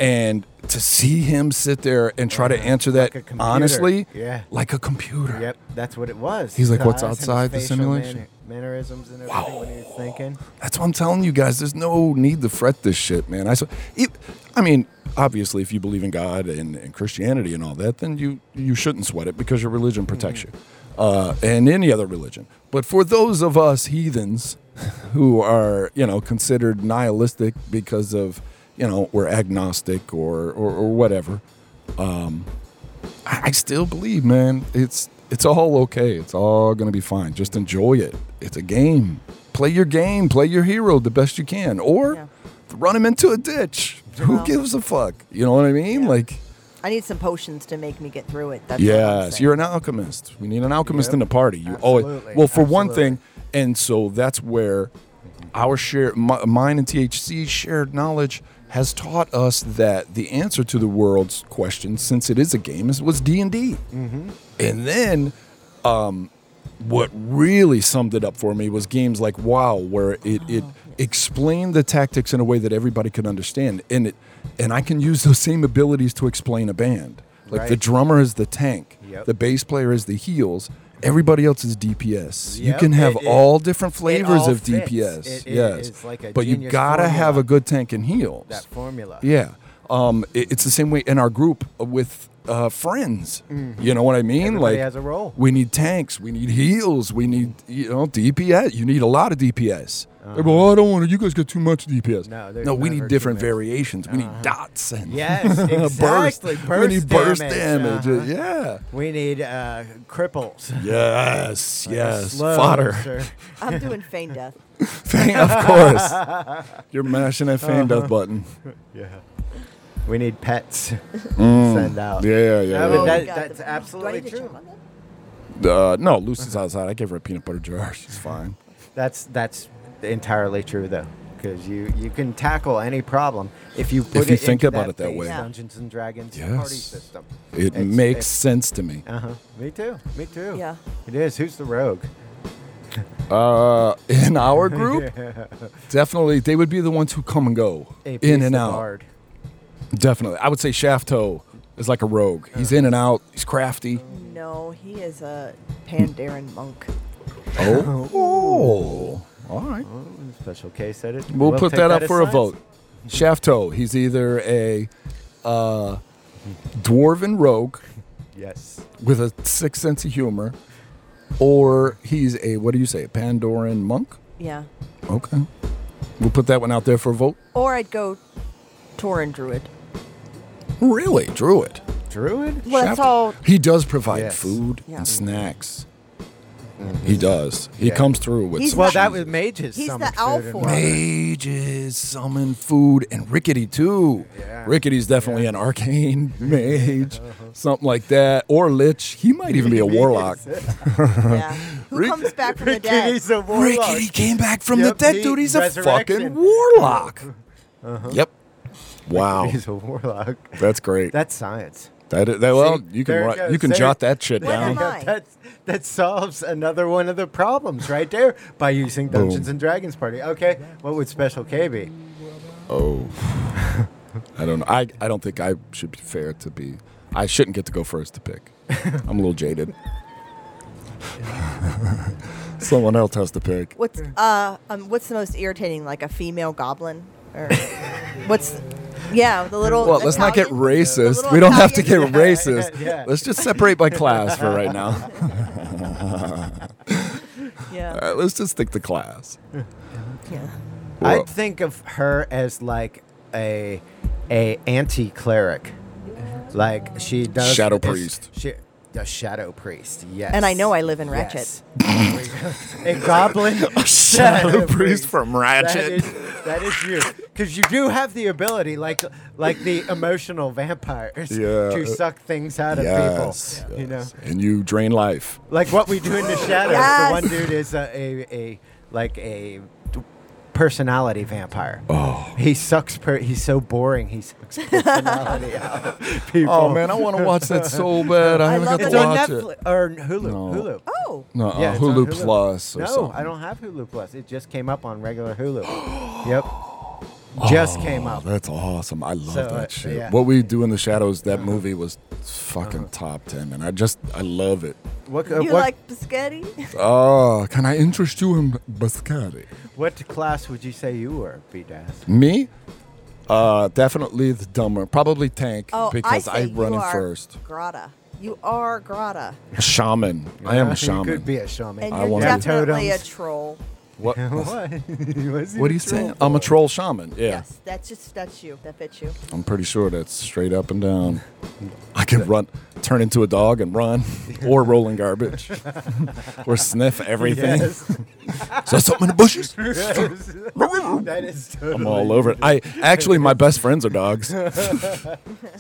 S3: And to see him sit there and try to answer that
S4: Uh-huh. a computer.
S3: honestly,
S4: Yeah.
S3: like a computer.
S4: Yep, that's what it was.
S3: He's like,
S4: The
S3: "What's
S4: eyes and his
S3: outside the
S4: facial
S3: simulation?"
S4: manner- mannerisms and everything when he was thinking.
S3: That's what I'm telling you guys. There's no need to fret this shit, man. I, s- it, I mean, obviously, if you believe in God and, and Christianity and all that, then you you shouldn't sweat it because your religion protects you, uh, and any other religion. But for those of us heathens [LAUGHS] who are you know considered nihilistic because of you know we're agnostic or or, or whatever, um, I, I still believe, man. It's it's all okay. It's all gonna be fine. Just enjoy it. It's a game. Play your game. Play your hero the best you can, or
S2: Yeah.
S3: run him into a ditch. Who
S2: Well-
S3: gives a fuck? You know what I mean? Like,
S2: I need some potions to make me get through it. That's what I'm
S3: yes,
S2: saying.
S3: you're an alchemist. We need an alchemist in the party. You always
S4: Absolutely,
S3: well for one
S4: absolutely.
S3: thing, and so that's where our share, my, mine and THC's shared knowledge has taught us that the answer to the world's question, since it is a game, is was D and D.
S2: Mm-hmm.
S3: And then what really summed it up for me was games like WoW, where it, it explained the tactics in a way that everybody could understand, and it and I can use those same abilities to explain a band. Like the
S4: Right.
S3: drummer is the tank,
S4: Yep.
S3: the bass player is the heels, everybody else is DPS. You
S4: Yep,
S3: can have
S4: it- it-
S3: all different flavors
S4: all
S3: of
S4: fits.
S3: DPS.
S4: It- it
S3: yes,
S4: is like a
S3: but you
S4: genius
S3: gotta have
S4: formula.
S3: a good tank and heels.
S4: That formula.
S3: Yeah. Um, it- it's the same way in our group with uh, friends. You know what I mean?
S4: Everybody
S3: like
S4: has a role.
S3: We need tanks. We need heals. We need you know DPS. You need a lot of DPS. They're, Well, I don't want to. You guys got too much DPS.
S4: No, there's
S3: no. We
S4: never
S3: need
S4: too
S3: different
S4: much.
S3: variations. We need dots and
S4: Yes,
S3: [LAUGHS] burst.
S4: exactly.
S3: We need burst damage.
S4: Uh-huh.
S3: Yeah.
S4: We need uh, cripples.
S3: Yes. Yes.
S4: Slows
S3: Fodder.
S4: or-
S2: I'm doing feign death.
S3: [LAUGHS] Fang- of course. You're mashing that fan death button.
S4: Yeah. We
S3: [LAUGHS]
S4: need pets. Send
S3: Mm,
S4: out.
S3: Yeah. Yeah. Yeah.
S4: But
S2: my
S4: that-
S2: God, the-
S4: that's absolutely
S2: do I need to
S4: true.
S2: jump on that?
S3: Uh, no, [LAUGHS] Lucy's outside. I gave her a peanut butter jar. She's fine.
S4: That's that's entirely true though. because you you can tackle any problem if you put
S3: you
S4: it
S3: think
S4: into
S3: about it that
S4: base
S3: way.
S2: Yeah.
S4: Dungeons and Dragons
S3: Yes.
S4: party system.
S3: It
S4: It's-
S3: makes
S4: it's-
S3: sense to me.
S4: Uh huh. Me too. Me too.
S2: Yeah.
S4: It is. Who's the rogue?
S3: Uh, in our [LAUGHS] group, definitely they would be the ones who come and go in and out. Definitely, I would say Shafto is like a rogue. He's in and out. He's [LAUGHS] crafty.
S2: No, he is a Pandaren monk.
S3: Oh, oh. all right.
S4: Special case edit.
S3: We'll, put
S4: take
S3: that up
S4: as
S3: for a
S4: science.
S3: vote. Shafto, he's either a uh, dwarven rogue
S4: Yes.
S3: with a sick sense of humor, or he's a what do you say, a Pandoran monk?
S2: Yeah.
S3: Okay, we'll put that one out there for a vote.
S2: Or I'd go Torin Druid.
S3: Really, Druid.
S4: Druid.
S2: Well, that's
S3: Shaft- [LAUGHS]
S2: all.
S3: He does provide
S4: Yes. Mm-hmm.
S3: food
S2: Yeah.
S3: and snacks. He does. He
S4: Yeah.
S3: comes through with
S2: He's
S3: some
S4: Well,
S2: not-
S4: that was mages.
S2: He's
S4: summoned
S2: the
S4: food and
S2: alpha.
S4: water.
S3: mages, summon food, and Rickety too.
S4: Yeah.
S3: Rickety's definitely an arcane [LAUGHS] mage, something like that, or lich. He might even be a warlock.
S2: Yeah. Who
S3: Rick-
S2: comes back from the dead?
S4: Rickety's a warlock.
S3: Rickety came back from
S4: Yep,
S3: the dead,
S4: he-
S3: dude. He's a fucking
S4: resurrection. [LAUGHS]
S3: warlock. Yep. Wow,
S4: He's a warlock.
S3: that's great. That,
S4: That's science.
S3: that, well,
S4: See,
S3: you can
S4: there it
S3: write, you
S4: goes.
S3: can
S4: There-
S3: jot that shit
S2: What am
S3: down.
S2: I?
S4: that's, that solves another one of the problems right there by using Dungeons and Dragons party. Okay, what would Special K be?
S3: Oh, I don't know. I, I don't think I should be fair to be. I shouldn't get to go first to pick. I'm a little jaded. [LAUGHS] Someone else has to pick.
S2: What's uh um, what's the most irritating? Like a female goblin, or what's yeah the little.
S3: Well, let's not get
S2: Italian- The
S3: racist.
S2: little
S3: We don't have to get
S2: Italian-
S3: racist.
S4: yeah.
S3: Let's just separate by class for right now. [LAUGHS] All
S2: Yeah,
S3: right, let's just stick to [LAUGHS] class.
S2: yeah.
S3: Well,
S4: I'd think of her as like a a anti cleric, like she does
S3: Shadow
S4: is-
S3: priest.
S4: She, a shadow priest, yes.
S2: And I know I live in Ratchet.
S4: Yes. [LAUGHS] a goblin
S3: [LAUGHS] Shadow priest from
S4: That
S3: Ratchet.
S4: is, that
S3: [LAUGHS]
S4: is you, because you do have the ability, like like the emotional vampires,
S3: Yeah.
S4: to suck things out of
S3: Yes,
S4: people. You know,
S3: yes. And you drain life.
S4: like what we do
S3: [LAUGHS]
S4: in the shadows.
S2: Yes.
S4: The one dude is a, a, a like a d- personality vampire.
S3: Oh.
S4: He sucks. Per- he's so boring.
S2: [LAUGHS]
S4: He sucks personality out of people.
S3: Oh man, I want to watch that so bad. I,
S2: I
S3: haven't
S2: love
S3: got
S4: it's
S3: to
S4: on
S3: watch it.
S4: Netflix or Hulu.
S3: No.
S4: Hulu.
S2: Oh,
S3: No,
S4: Yeah,
S3: uh,
S4: it's on
S3: Hulu, Plus or
S4: no,
S3: something.
S4: I don't have Hulu Plus. It just came up on
S3: [GASPS]
S4: regular Hulu. yep. Just came
S3: Oh,
S4: up.
S3: that's awesome. I love
S4: So, uh,
S3: that shit.
S4: yeah. Uh-huh.
S3: What we do in the shadows, that movie was fucking top 10, and I just, I love it.
S4: What, uh,
S2: you
S4: what,
S2: like
S3: [LAUGHS]
S2: biscotti?
S3: Oh, can I interest you in Biscotti?
S4: what class would you say you were, B-Daz?
S3: Me? Uh, definitely the dumber. Probably Tank
S2: Oh,
S3: because
S2: I, say
S3: I, run
S2: you
S3: in
S2: are
S3: first.
S2: Grotta. You are Grotta,
S3: Shaman. I am a
S4: [LAUGHS] You could
S3: shaman.
S4: be a shaman.
S2: and
S3: I
S2: you're
S3: wanna- Yeah,
S2: definitely a
S4: totems.
S2: troll.
S3: What,
S4: [LAUGHS] what?
S3: what are you saying? I'm a troll shaman. Yeah.
S2: Yes, that's just that's you. That fits you.
S3: I'm pretty sure that's straight up and down. I can run, turn into a dog and
S4: [LAUGHS]
S3: run, or roll in garbage, or sniff everything. [LAUGHS] Is that something in the bushes?
S4: [LAUGHS] that is totally.
S3: I'm all over it. I actually, my best friends are
S4: [LAUGHS]
S3: dogs, so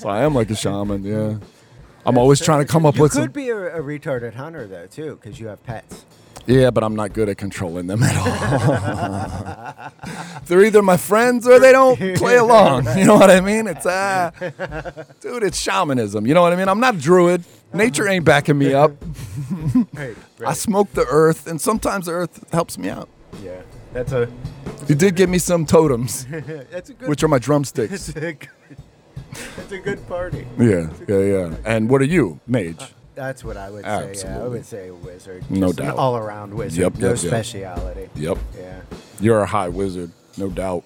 S3: I am like a shaman. Yeah, I'm always trying to come up
S4: You
S3: with
S4: could
S3: some.
S4: be a, a retarded hunter though too, because you have pets.
S3: Yeah, but I'm not good at controlling them at all. They're either my friends or they don't play along. You know what I mean? It's uh, dude, it's shamanism. You know what I mean? I'm not a druid. Nature ain't backing me up.
S4: Right,
S3: I smoke the earth, and sometimes the earth helps me out.
S4: yeah, that's a
S3: He did give me some totems,
S4: [LAUGHS] that's a good.
S3: which are my drumsticks.
S4: that's a good, [LAUGHS] that's a good party.
S3: Yeah, yeah, yeah. And what are you, mage?
S4: That's what I would say. Yeah, I
S3: Absolutely.
S4: would say a wizard.
S3: No
S4: Just
S3: doubt.
S4: An all-around wizard.
S3: Yep,
S4: no
S3: yep, yep.
S4: speciality.
S3: Yep,
S4: Yeah.
S3: you're a high wizard, no doubt.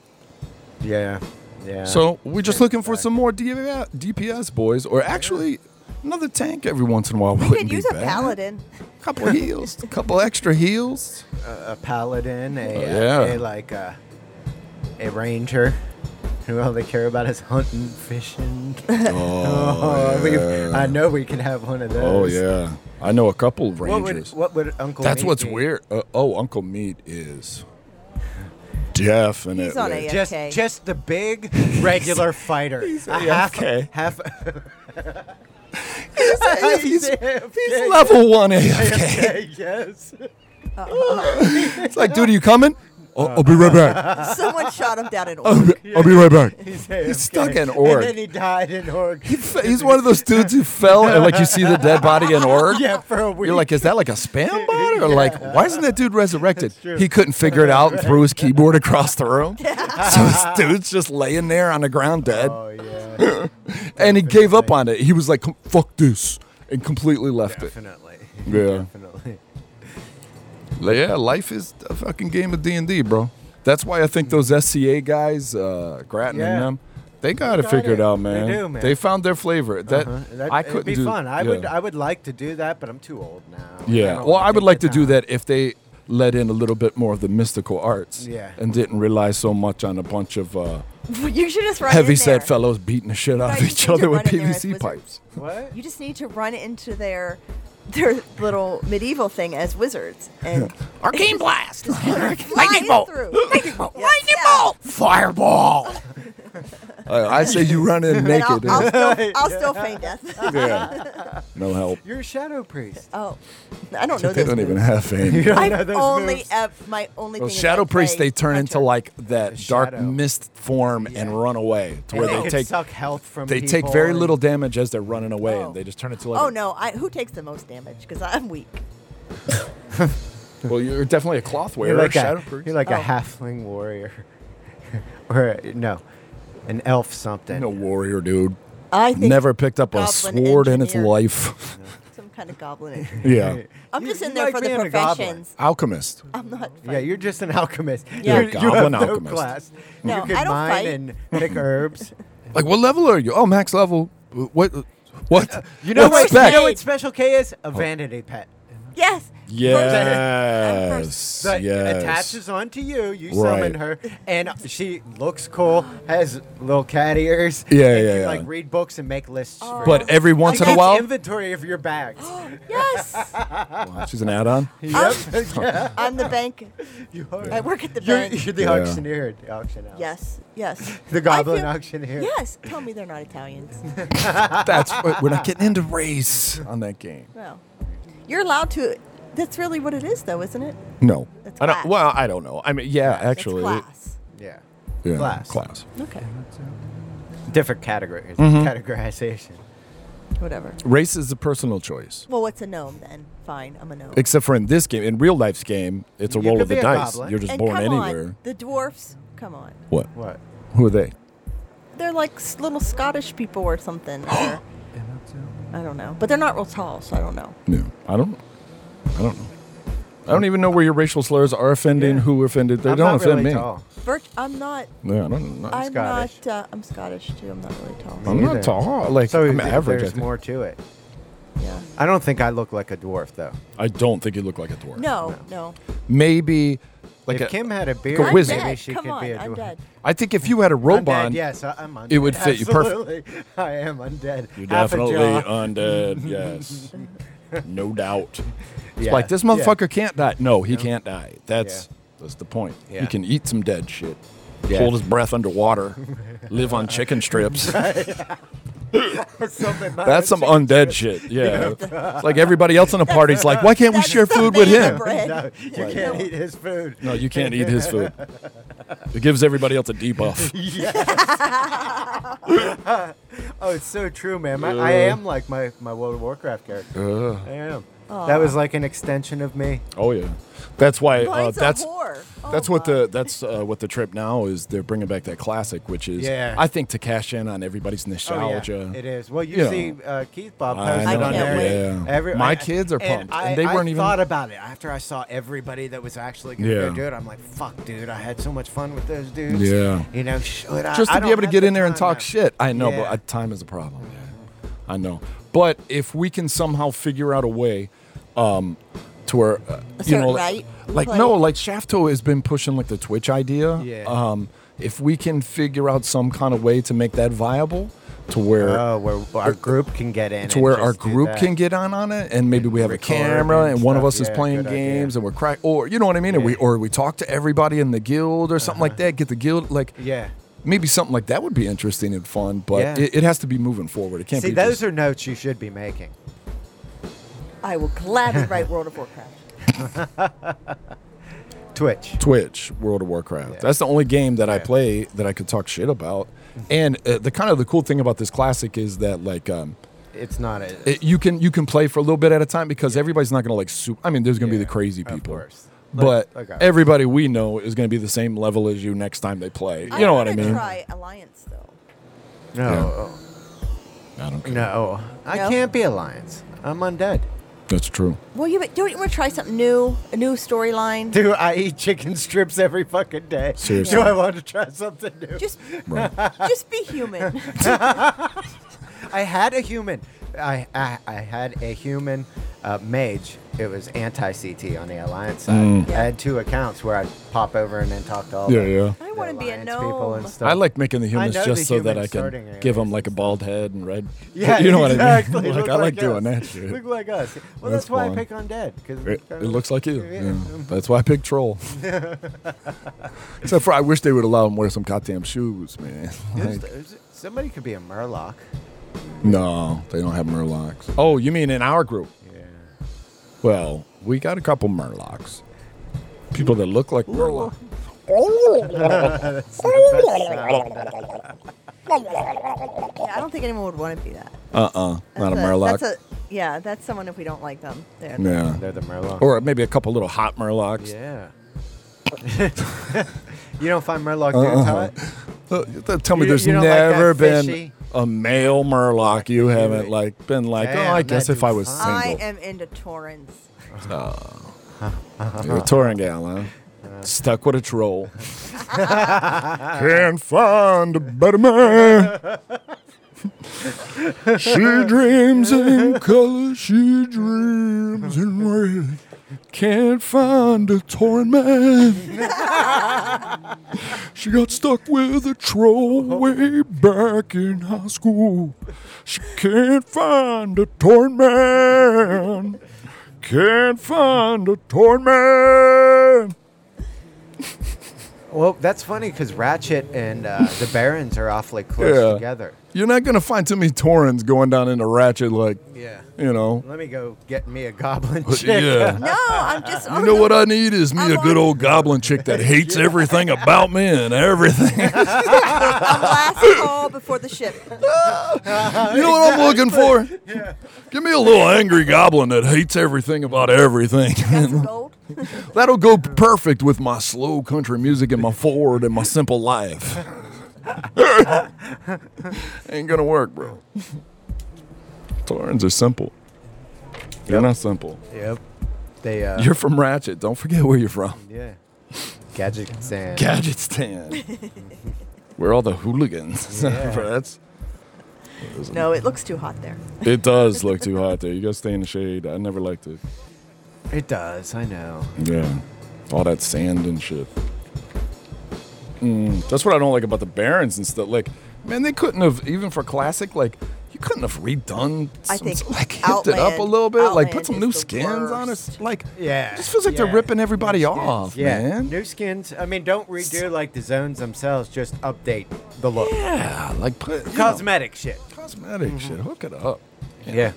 S4: Yeah. Yeah.
S3: So we're just looking for some more DPS DPS boys, or actually another tank every once in a while.
S2: We
S3: wouldn't
S2: could
S3: be
S2: use a
S3: bad. [LAUGHS]
S2: paladin.
S3: Couple heals, a couple extra heals.
S4: a, a paladin, a,
S3: Oh, yeah.
S4: a, a like a, a ranger. Who all they care about is hunting, fishing. [LAUGHS] Oh, we- I know we could have one of
S3: Oh
S4: those.
S3: yeah, I know a couple of
S4: What would
S3: rangers.
S4: what would Uncle?
S3: That's
S4: Meat
S3: what's
S4: be?
S3: weird. Uh, oh, Uncle Meat is definitely.
S2: He's on AF.
S4: Just
S2: Okay.
S4: just
S3: [LAUGHS]
S4: the big regular fighter. He's a half
S3: AFK.
S4: half. [LAUGHS]
S3: he's-
S4: AFK.
S3: He's
S4: [LAUGHS]
S3: level one AFK.
S4: yes.
S3: It's like, dude, are you coming? I'll, I'll be
S2: [LAUGHS]
S3: right back.
S2: Someone shot him down in
S3: I'll
S2: Oregon.
S3: be, I'll be right back.
S4: He's,
S3: He's stuck in
S4: And
S3: Org.
S4: then he died in Org.
S3: He fe- He's one of those dudes who fell and like you see the dead body in Org.
S4: yeah, for a week.
S3: You're like, is that like a
S4: [LAUGHS]
S3: spam bot? Or like, why isn't that dude resurrected?
S4: true.
S3: He couldn't figure it out and threw his keyboard across the room. so this dude's just laying there on the ground dead.
S4: oh yeah,
S3: and he gave up on it. He was like, "Com- fuck this. And completely left it.
S4: definitely.
S3: Yeah.
S4: definitely.
S3: Yeah, life is a fucking game of D and D, bro. That's why I think those SCA guys, uh, Grattan
S4: Yeah.
S3: and them, they got, it
S4: got
S3: figured
S4: it.
S3: out,
S4: They
S3: man.
S4: do, man.
S3: found their flavor. That
S4: Uh-huh. That-
S3: I
S4: it'd
S3: couldn't
S4: be
S3: do.
S4: fun. I
S3: yeah.
S4: would. I would like to do that, but I'm too old now.
S3: yeah.
S4: don't
S3: Well,
S4: wanna
S3: I would
S4: take
S3: like to
S4: the
S3: do
S4: time.
S3: that if they let in a little bit more of the mystical arts.
S4: Yeah.
S3: And didn't rely so much on a bunch of uh,
S2: [LAUGHS] you should just run in
S3: heavy set
S2: there.
S3: fellows beating the shit out
S2: Right,
S3: of
S2: you need
S3: each
S2: to
S3: other with
S2: run in there as
S3: PVC
S2: wizards.
S3: pipes.
S4: What?
S2: You just need to run into their their little medieval thing as wizards
S3: [LAUGHS]
S2: and
S5: Arcane blast.
S2: fly
S5: Lightning
S2: it
S5: bolt.
S2: through.
S5: Lightning bolt.
S3: Oh, Fireball. I, I say you run
S2: [LAUGHS]
S3: in
S2: And I'll,
S3: naked. and-
S2: I'll still, I'll still feign
S4: [LAUGHS]
S2: death.
S3: yeah.
S2: [LAUGHS]
S3: No help.
S4: You're a shadow priest. [LAUGHS]
S2: Oh, I don't know.
S3: They
S2: those
S3: don't even
S2: moves. [LAUGHS]
S3: have [LAUGHS] fame.
S4: You don't know
S2: I've
S4: those
S2: only
S4: moves.
S2: ev- my only
S3: Well,
S2: thing. is
S3: shadow
S2: I
S3: priests,
S2: play
S3: they turn into
S2: hunter.
S3: like that
S4: The
S3: dark
S4: shadow.
S3: mist form
S4: Yeah.
S3: and run away to where
S4: And
S3: they
S4: could
S3: take
S4: suck health from.
S3: they take
S4: people
S3: very
S4: and-
S3: little damage as they're running away
S2: Oh.
S3: and they just turn into like
S2: Oh
S3: a-
S2: no! I, who takes the most damage? Because I'm weak.
S3: well you're definitely a cloth
S4: You're
S3: wearer
S4: like
S3: shadow
S4: a,
S3: priest
S4: you're like a
S2: Oh.
S4: halfling warrior, [LAUGHS] or uh, no, an elf something.
S3: no warrior dude
S2: I think
S3: never picked up a
S2: goblin
S3: sword in its
S2: engineer.
S3: life [LAUGHS]
S2: some kind of goblin. engineer.
S4: [LAUGHS]
S3: yeah
S2: I'm
S4: You-
S2: just
S4: you
S2: in there
S4: like
S2: for the
S4: being a goblin.
S2: professions.
S3: alchemist
S2: I'm not.
S4: Yeah, you're just an alchemist.
S2: Yeah.
S3: You're a
S4: You're, you have
S3: goblin
S4: no
S3: alchemist.
S4: class.
S2: No,
S4: you can
S2: I don't
S4: mine
S2: fight.
S4: and
S3: [LAUGHS]
S4: pick herbs.
S3: like what level are you oh max level what what
S4: [LAUGHS] You know
S3: what
S4: what? You
S3: spec?
S4: know what Special K is?
S3: Oh.
S4: A vanity pet.
S2: Yes.
S3: yes
S4: [LAUGHS] That
S3: yes
S4: attaches onto you. You summon
S3: Right.
S4: her, and she looks cool. Has little cat ears.
S3: Yeah,
S4: and
S3: yeah,
S4: you,
S3: yeah.
S4: Like read books and make lists. for
S2: Oh.
S3: but
S4: you.
S3: every once in a
S4: Keeps
S3: while
S4: inventory of your
S2: [GASPS]
S4: bags. [LAUGHS]
S2: Yes.
S3: she's an add-on
S4: yep.
S2: I'm the bank.
S4: [LAUGHS] you
S2: Oh. I
S4: are.
S2: work at the
S4: You're,
S2: bank.
S4: you're the
S3: Yeah.
S4: auctioneer. at the Auction house.
S2: Yes. Yes.
S4: The
S2: I
S4: goblin
S2: feel-
S4: auctioneer.
S2: Yes. Tell me they're not Italians.
S3: that's what we're not getting into race on that game
S2: Well, you're allowed to. That's really what it is, though, isn't it?
S3: No.
S2: That's
S3: I
S2: class.
S3: don't, well, I don't know. I mean, yeah,
S2: That's
S3: actually.
S2: class.
S4: Yeah.
S3: Yeah,
S4: Class.
S2: Okay.
S4: Different categories.
S3: Mm-hmm.
S4: Categorization.
S2: Whatever.
S3: Race is a personal choice.
S2: Well, what's a gnome then? Fine, I'm a gnome.
S3: Except for in this game, in real life's game, it's a
S4: You
S3: roll
S4: could
S3: of the
S4: be a
S3: dice.
S4: goblin.
S3: You're just
S2: and
S3: born
S2: come
S3: anywhere.
S2: on, the dwarfs. Come on.
S3: What?
S4: What?
S3: Who are they?
S2: They're like s- little Scottish people or
S3: [GASPS]
S2: something. or- I don't know, but they're not real tall, so I don't know.
S3: No, I don't. I don't know. I don't even know where your racial slurs are offending.
S4: Yeah.
S3: Who offended? They
S4: I'm
S3: don't
S4: not
S3: offend
S4: really
S3: me.
S4: tall.
S2: Birch, I'm not.
S3: Yeah, I don't know.
S2: I'm
S4: Scottish.
S2: not. Uh, I'm Scottish too. I'm not really tall.
S3: I'm
S4: either.
S3: not tall. Like
S4: So
S3: I'm
S4: th-
S3: average. I,
S4: there's
S3: think.
S4: more to it.
S2: Yeah.
S4: I don't think I look like a dwarf though.
S3: I don't think you look like a dwarf.
S2: No, no.
S3: Maybe like
S4: If
S3: a,
S4: Kim had a beard,
S3: a wizard.
S2: I'm
S4: maybe
S2: dead.
S4: she
S2: Come
S4: could
S2: on,
S4: be a dwarf.
S2: I'm
S3: [LAUGHS]
S2: dead.
S3: I think if you had a
S4: Undead,
S3: robot,
S4: yes, I- I'm undead.
S3: it would fit you perfect.
S4: Absolutely. [LAUGHS] I am undead.
S3: You're
S4: Half a
S3: definitely uh,
S4: jaw.
S3: undead.
S4: [LAUGHS]
S3: Yes, no doubt. It's
S4: Yeah.
S3: like this
S4: Yeah.
S3: motherfucker can't die. No, he can't die. That's
S4: Yeah.
S3: that's the point.
S4: Yeah.
S3: He can eat some dead shit.
S4: Yeah.
S3: Hold his breath underwater.
S4: [LAUGHS]
S3: live on chicken strips. [LAUGHS]
S4: Something like
S3: That's some undead shit. Yeah.
S4: [LAUGHS]
S3: It's like everybody else in the party's like, why can't we
S2: That's
S3: share food with
S2: Savannah
S3: him?
S2: bread.
S4: [LAUGHS] No, you
S3: [LAUGHS]
S4: can't eat his food.
S3: No, you can't eat his food. It gives everybody else a
S4: [LAUGHS]
S3: debuff.
S4: Oh, it's so true, man. My, I
S3: Uh.
S4: am like my, my World of Warcraft character. I am. That was like an extension of me.
S3: Oh yeah. That's why. Uh,
S2: Blind's
S3: that's
S2: a whore. Oh,
S3: That's what
S2: my.
S3: the that's uh, what the trip now is. They're bringing back that classic, which is
S4: Yeah.
S3: I think to cash in on everybody's
S4: Oh, yeah,
S3: nostalgia.
S4: it is. Well, you
S3: Yeah.
S4: see, uh, Keith Bob
S3: I
S4: posted
S2: know,
S4: on there.
S3: yeah.
S4: Every-
S3: My
S4: I-
S3: kids are pumped, and
S4: I,
S3: they
S4: I
S3: weren't even-
S4: thought about it after I saw everybody that was actually going to
S3: Yeah.
S4: go do it. I'm like, fuck, dude, I had so much fun with those dudes.
S3: Yeah.
S4: you know, should I?
S3: Just
S4: I
S3: to be
S4: don't
S3: able to
S4: have
S3: get
S4: the
S3: in there and
S4: time
S3: talk
S4: now.
S3: shit. I know,
S4: Yeah.
S3: but uh, time is a problem. I know, but if we can somehow figure out a way um, to where uh, you
S2: certain
S3: know,
S2: right
S3: like
S2: play.
S3: no, like Shafto has been pushing like the Twitch idea.
S4: Yeah.
S3: Um, if we can figure out some kind of way to make that viable, to where
S4: Oh, where our group can get in.
S3: to where our group can get on on it, and maybe we have a
S4: record
S3: camera, and,
S4: and
S3: one of
S4: stuff.
S3: us is
S4: Yeah,
S3: playing
S4: good idea.
S3: games, and we're crack, or you know what I mean, and we
S4: Yeah. Uh-huh.
S3: or we talk to everybody in the guild or something like that. Get the guild like
S4: Yeah.
S3: maybe something like that would be interesting and fun, but
S4: Yeah.
S3: it, it has to be moving forward. It can't
S4: See,
S3: be
S4: those
S3: just-
S4: are notes you should be making.
S2: I will gladly write World of Warcraft.
S4: Twitch.
S3: Twitch, World of Warcraft.
S4: Yeah.
S3: That's the only game that I
S4: Yeah. Mm-hmm.
S3: play that I could talk shit about. And uh, the kind of the cool thing about this classic is that like um,
S4: It's not a.
S3: it, you can you can play for a little bit at a time because everybody's not gonna like super. I mean, there's gonna be the
S4: Yeah,
S3: crazy
S4: of
S3: people.
S4: course.
S3: But
S4: Like- like I-
S3: everybody we know is going to be the same level as you next time they play. You know what I
S2: wanna
S3: mean?
S2: Try Alliance though.
S4: no,
S3: I don't care.
S4: no, I
S2: No?
S4: can't be alliance. I'm undead. [LAUGHS]
S3: That's true.
S2: Well, you don't you want to try something new, a new storyline?
S4: Do I eat chicken strips every fucking day?
S3: Seriously.
S4: Do I want to try something new?
S2: Just,
S3: [LAUGHS] Right.
S2: just be human.
S4: I had a human. I I, I had a human uh, mage. It was anti CT on the alliance side. I had two accounts where I'd pop over and then talk to all.
S3: Mm. Yeah,
S4: the,
S3: yeah.
S2: I
S4: the
S2: want to be a
S4: alliance people
S2: gnome.
S4: and stuff.
S3: I like making the humans
S4: know
S3: just
S4: the
S3: so that
S4: humans
S3: I
S4: starting
S3: can
S4: it
S3: give
S4: was
S3: them like a bald head and red. [LAUGHS]
S4: Yeah,
S3: you know what I
S4: exactly.
S3: mean. Like
S4: Look
S3: I like, doing
S4: us.
S3: that shit.
S4: Look like us. Well,
S3: That's
S4: that's, why
S3: fine.
S4: I pick undead because
S3: It, it looks like you. Yeah. That's why I picked
S4: [LAUGHS]
S3: troll. Except for I wish they would allow him wear some goddamn shoes, man. Like,
S4: somebody could be a murloc.
S3: no, they don't have murlocs. Oh, you mean in our group?
S4: Yeah.
S3: Well, we got a couple murlocs. People that look like murlocs.
S4: That's the best sound.
S2: Yeah, I don't think anyone would want to be that.
S3: Uh-uh, not a
S2: That's
S3: murloc.
S2: That's a, yeah, that's someone if we don't like them. There.
S3: yeah.
S4: They're the murloc.
S3: Or maybe a couple little hot murlocs.
S4: yeah. [LAUGHS] you don't find murloc
S3: Uh-uh.
S4: dudes hot?
S3: Uh, th- Tell me,
S4: You-
S3: there's
S4: you don't like that
S3: never been
S4: fishy?
S3: a male Murloc you haven't
S4: it.
S3: like been like.
S4: Damn,
S3: oh, I
S4: that
S3: guess if
S4: dude's
S3: I was
S4: fine."
S2: I
S3: single,
S2: am into Torrens.
S3: you're a touring gal, huh? Uh-huh. Stuck with a troll. [LAUGHS] Can't find a better man. she dreams in color, she dreams in red. Can't find a touring man. she got stuck with a troll way back in high school. She can't find a torn man. Can't find a torn man.
S4: Well, that's funny because Ratchet and uh, the Barons are awfully close
S3: Yeah.
S4: together.
S3: You're not gonna find too many Torrens going down into Ratchet like,
S4: Yeah.
S3: you know.
S4: Let me go get me a goblin
S3: But
S4: chick.
S3: yeah.
S2: No, I'm just.
S3: [LAUGHS] You know what I need is me
S2: I'm
S3: a good
S2: on-
S3: old goblin chick that hates everything about me and everything. you
S2: I'm last call before the
S3: [LAUGHS]
S2: ship.
S3: know what I'm looking for? Give me a little angry goblin that hates everything about everything. [LAUGHS]
S2: Got some gold.
S3: That'll go perfect with my slow country music and my Ford and my simple life. [LAUGHS] Ain't gonna work, bro. Torrens are simple. You're not simple.
S4: Yep. They, uh,
S3: You're from Ratchet. Don't forget where you're from.
S4: yeah. Gadget Sand.
S3: Gadget [LAUGHS] Stand. We're all the hooligans. [LAUGHS]
S4: Yeah.
S3: That's-
S2: No, it looks too hot there.
S3: it does look too hot there. You gotta stay in the shade. I never liked it.
S4: it does, I know.
S3: Yeah. All that sand and shit. Mm, that's what I don't like about the Barons and stuff. Like, man, they couldn't have even for classic. Like, you couldn't have redone.
S2: I
S3: some-
S2: think
S3: [LAUGHS] like hipped it up a
S2: Outland-
S3: little bit. like, put
S2: Outland
S3: some
S2: is
S3: new
S2: the
S3: skins on
S2: worst.
S3: it. Like,
S4: Yeah,
S3: it just feels like they're
S4: yeah.
S3: ripping everybody off,
S4: Yeah.
S3: man.
S4: New skins. I mean, don't redo like the zones themselves, just update the look.
S3: Yeah, like put you know,
S4: Cosmetic Mm-hmm. shit.
S3: cosmetic shit. Hook it up.
S4: Yeah.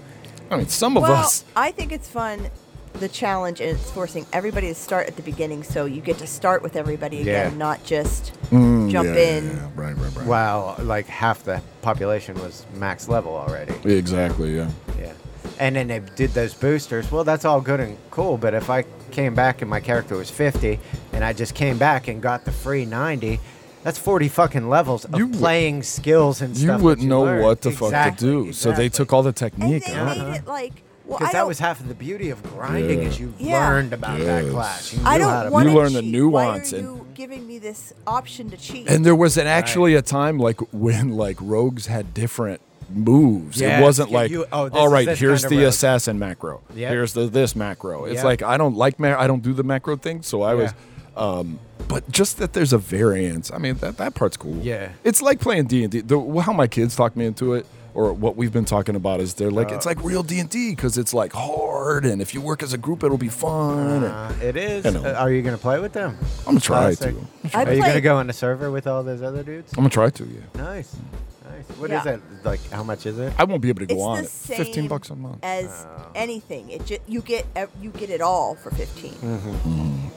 S3: I mean, some of
S2: Well,
S3: us.
S2: I think it's fun. The challenge and it's forcing everybody to start at the beginning, so you get to start with everybody again,
S4: Yeah.
S2: not just
S3: Mm,
S2: jump
S3: yeah,
S2: in.
S3: Yeah, yeah. Right, right, right.
S4: Wow, like half the population was max level already.
S3: Exactly. Yeah.
S4: Yeah. And then they did those boosters. Well, that's all good and cool, but if I came back and my character was 50 and I just came back and got the free 90, that's 40 fucking levels of
S3: You would-
S4: playing skills and
S3: You
S4: stuff. that
S3: wouldn't know
S4: learned.
S3: what the fuck to
S4: Exactly,
S3: do, so they
S4: exactly.
S3: took all the
S2: And
S3: technique.
S2: they
S3: out.
S2: made it like, well, I
S4: Because that
S2: don't,
S4: was half of the beauty of grinding
S3: Yeah.
S4: is you
S2: Yeah.
S4: learned about that
S3: Yes.
S4: class. You
S2: I
S4: knew how
S2: don't
S4: to
S2: want
S3: You
S2: to
S3: learn the
S2: cheat.
S3: nuance
S2: Why are
S3: and-
S2: you giving me this option to cheat?
S3: And there was an actually a time like when like rogues had different moves.
S4: Yeah,
S3: it wasn't
S4: you-
S3: like
S4: you- oh, this
S3: all
S4: is
S3: right,
S4: this
S3: here's
S4: kind of
S3: the
S4: rogue."
S3: assassin macro.
S4: Yep.
S3: Here's the this macro. It's
S4: Yep.
S3: like I don't like ma- I don't do the macro thing, so I was um but just that there's a variance. I mean that that part's cool.
S4: Yeah.
S3: It's like playing D&D. The, how my kids talked me into it or what we've been talking about is they're like it's
S4: Uh.
S3: like real D&D cuz it's like hard and if you work as a group it'll be fun. and-
S4: Uh, it is.
S3: You know.
S4: Uh, are you going to play with them?
S3: I'm gonna try
S4: Classic.
S3: to.
S2: I
S4: Are you going to
S2: played-
S4: go on the server with all those other dudes?
S3: I'm gonna try to, yeah.
S4: Nice. Nice. What is
S2: Yeah.
S4: it? Like, how much is it?
S3: I won't be able to go
S2: it's
S3: on
S2: the
S3: it.
S2: same
S3: 15 bucks a month.
S4: Oh.
S2: as anything. It ju- you get ev- you get it all for 15.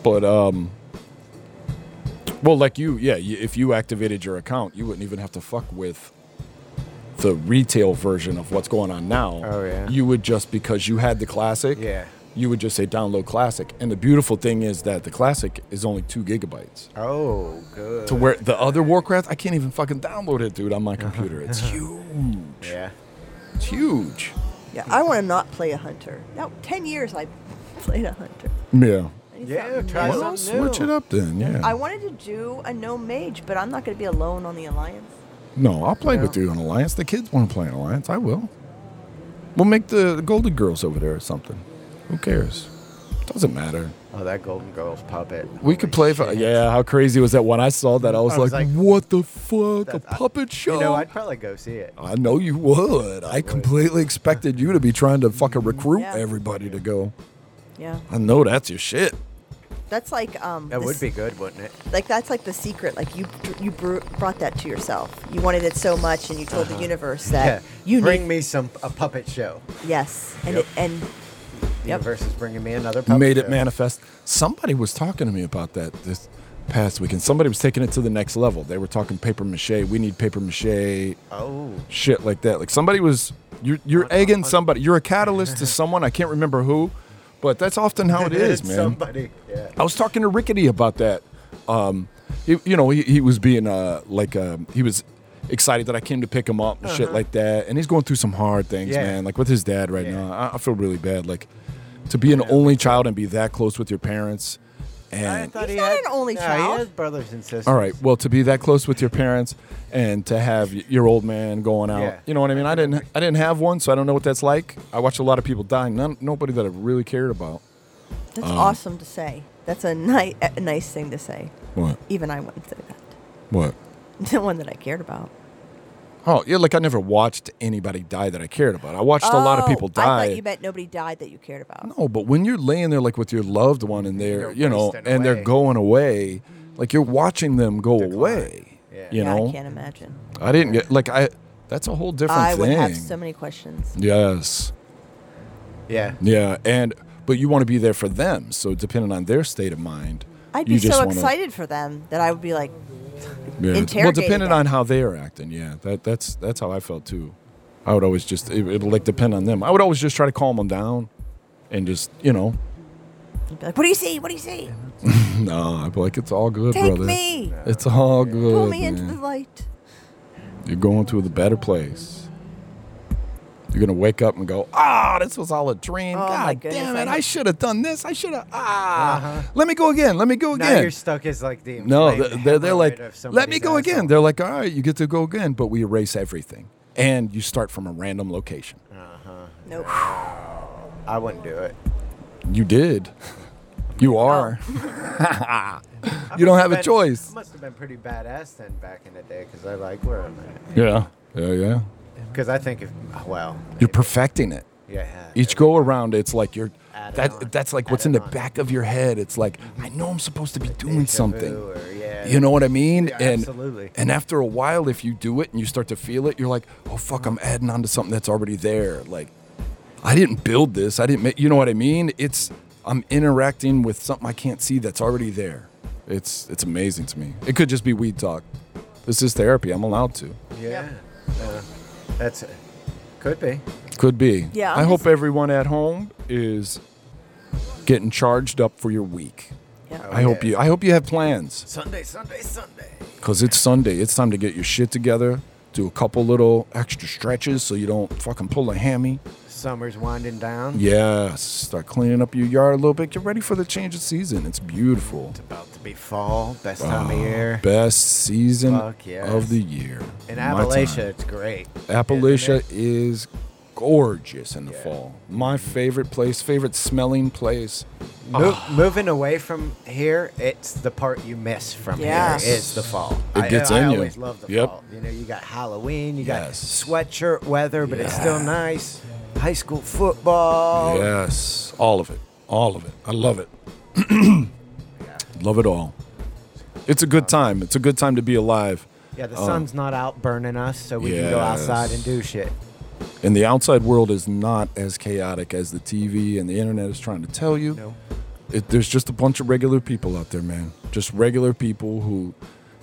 S3: But um, well, like you, yeah. y- If you activated your account, you wouldn't even have to fuck with the retail version of what's going on now.
S4: Oh, yeah.
S3: You would just because you had the classic.
S4: Yeah.
S3: You would just say download classic, and the beautiful thing is that the classic is only two gigabytes.
S4: Oh, good.
S3: To where the other Warcraft, I can't even fucking download it, dude, on my computer.
S4: [LAUGHS]
S3: It's huge.
S4: Yeah.
S3: It's huge.
S2: Yeah, I want to not play a hunter. Now, ten years I [LAUGHS] played a hunter.
S3: Yeah.
S2: I need
S4: Yeah,
S2: something
S4: try
S2: new.
S4: some-
S3: Well,
S4: something new.
S3: switch it up then. Yeah.
S2: I wanted to do a no mage, but I'm not going to be alone on the alliance.
S3: No, I'll play
S4: Yeah.
S3: with you in Alliance. The kids want to play in Alliance. I will. We'll make the, the Golden Girls over there or something. Who cares? Doesn't matter.
S4: Oh, that Golden Girls puppet.
S3: We could play. For, yeah, how crazy was that when I saw that? I was,
S4: I was
S3: like,
S4: like,
S3: "What the fuck? A
S4: That- I-
S3: puppet show?"
S4: You know, I'd probably go see it.
S3: I know you would. I completely expected you to be trying to fucking recruit
S2: Yeah.
S3: everybody to go.
S2: Yeah,
S3: I know that's your shit.
S2: that's like um.
S4: That
S2: the
S4: would
S2: s-
S4: be good, wouldn't it?
S2: like that's like the secret. Like you you br- brought that to yourself. You wanted it so much, and you told the universe
S4: Uh-huh. Yeah.
S2: that you
S4: Bring
S2: need
S4: me some a puppet show.
S2: yes, and it,
S4: Yep.
S2: and
S4: The
S2: Yep.
S4: universe is bringing me another puppet
S3: made it
S4: show.
S3: manifest. Somebody was talking to me about that this past weekend. Somebody was taking it to the next level. They were talking paper mache. We need paper mache.
S4: Oh.
S3: shit like that. Like somebody was you're you're egging somebody. You're a catalyst to someone. I can't remember who, but that's often how
S4: [LAUGHS]
S3: it is, man.
S4: Somebody. Yeah.
S3: I was talking to Rickety about that. Um, he, you know, he, he was being uh like um he was excited that I came to pick him up and shit like that. And he's going through some hard things,
S4: Uh-huh. Yeah.
S3: man. Like with his dad right
S4: Yeah.
S3: now, I, I feel really bad. Like to be an only child and be that close with your parents. And
S2: He's not an only
S4: no,
S2: child.
S4: He has brothers and sisters.
S3: all right. Well, to be that close with your parents and to have y- your old man going out,
S4: Yeah.
S3: you know what I mean. I didn't. I didn't have one, so I don't know what that's like. I watched a lot of people dying. None, nobody that I really cared about.
S2: that's
S3: Um,
S2: awesome to say. That's a nice a nice thing to say.
S3: What?
S2: Even I wouldn't say that. [LAUGHS]
S3: What?
S2: The one that I cared about.
S3: Oh yeah, like I never watched anybody die that I cared about. I watched a lot of
S2: Oh,
S3: people die.
S2: I thought you meant nobody died that you cared about.
S3: no, but when you're laying there like with your loved one and they're
S4: They're
S3: you know
S4: wasting
S3: and they're
S4: away.
S3: going away, like you're watching them go away.
S4: Yeah.
S3: You
S2: yeah,
S3: know,
S2: I can't imagine.
S3: I, didn't get like I. That's a whole different
S2: I
S3: thing.
S2: would have so many questions.
S3: yes.
S4: Yeah.
S3: Yeah, and but you want to be there for them, so depending on their state of mind,
S2: I'd
S3: you
S2: be
S3: just
S2: so
S3: wanna-
S2: excited for them that I would be like,
S3: Yeah. Well,
S2: interrogated
S3: depending
S2: them.
S3: on how they are acting, yeah, that that's that's how I felt too. I would always just it, it would like depend on them. I would always just try to calm them down, and just you know, [CLEARS THROAT]
S2: I'd be like, what do you see? What do you see?
S3: no, I'd be like, it's all good,
S2: Take
S3: brother.
S2: me.
S3: It's all good.
S2: Pull me into
S3: man.
S2: the light.
S3: You're going to the better place. You're gonna wake up and go, ah, this was all a dream.
S2: Oh, my
S3: God
S2: goodness,
S3: damn it!
S2: I- Uh-huh.
S3: I should have done this. I should have. Ah, let me go again. Let me go
S4: Now
S3: again.
S4: you're stuck as like the
S3: No,
S4: inflamed
S3: th- they're, they're like,
S4: hemorrhoid of
S3: let me
S4: somebody's
S3: go again.
S4: asshole.
S3: They're like, all right, you get to go again, but we erase everything. And you start from a random location. [SIGHS]
S2: Nope.
S4: I wouldn't do it.
S3: You did. You are. [LAUGHS] you don't have a
S4: Been-
S3: choice.
S4: I must have been pretty badass then back in the day because I like where I'm at.
S3: Yeah. Yeah, yeah.
S4: Because I think if oh, well,
S3: You're perfecting it.
S4: yeah.
S3: Each go around, it's like you're.
S4: Add it on.
S3: That, that's like
S4: Add
S3: what's
S4: it
S3: in the
S4: on.
S3: back of your head. It's like, I know I'm supposed to be doing
S4: Deja
S3: something.
S4: vu or- yeah.
S3: You know what I mean?
S4: Yeah,
S3: and
S4: absolutely.
S3: and after a while, if you do it and you start to feel it, you're like, oh fuck, I'm adding on to something that's already there. Like, I didn't build this. I didn't make. You know what I mean? It's I'm interacting with something I can't see that's already there. It's it's amazing to me. It could just be weed talk. This is therapy. I'm allowed to.
S4: Yeah. Uh, that's could be.
S3: Could be.
S2: Yeah, I'm
S3: I hope
S2: just-
S3: everyone at home is getting charged up for your week.
S2: Yeah.
S3: I hope
S4: yeah.
S3: you. I hope you have plans.
S4: Sunday, Sunday, Sunday.
S3: Because it's Sunday. It's time to get your shit together. Do a couple little extra stretches so you don't fucking pull a hammy.
S4: Summer's winding down.
S3: Yes. Start cleaning up your yard a little bit. Get ready for the change of season. It's beautiful.
S4: It's about to be fall. Best time of year.
S3: Best season
S4: Fuck yes.
S3: of the year.
S4: In
S3: My
S4: Appalachia,
S3: time.
S4: it's great.
S3: Appalachia is gorgeous in the fall. My favorite place, favorite smelling place.
S4: Mo-
S3: Ah.
S4: Moving away from here, it's the part you miss from
S2: Yes.
S4: here is the fall.
S3: It
S4: I,
S3: gets
S4: I
S3: in you.
S4: always love the
S3: Yep.
S4: fall. You know, you got Halloween, you got
S3: Yes.
S4: sweatshirt weather, but it's still nice. High school football.
S3: Yes. All of it. All of it. I love it. [CLEARS THROAT] Love it all. It's a good time. It's a good time to be alive.
S4: Yeah,
S3: Oh.
S4: the sun's not out burning us, so we can go outside and do shit.
S3: And the outside world is not as chaotic as the TV and the internet is trying to tell you.
S4: No.
S3: it, there's just a bunch of regular people out there, man. Just regular people who,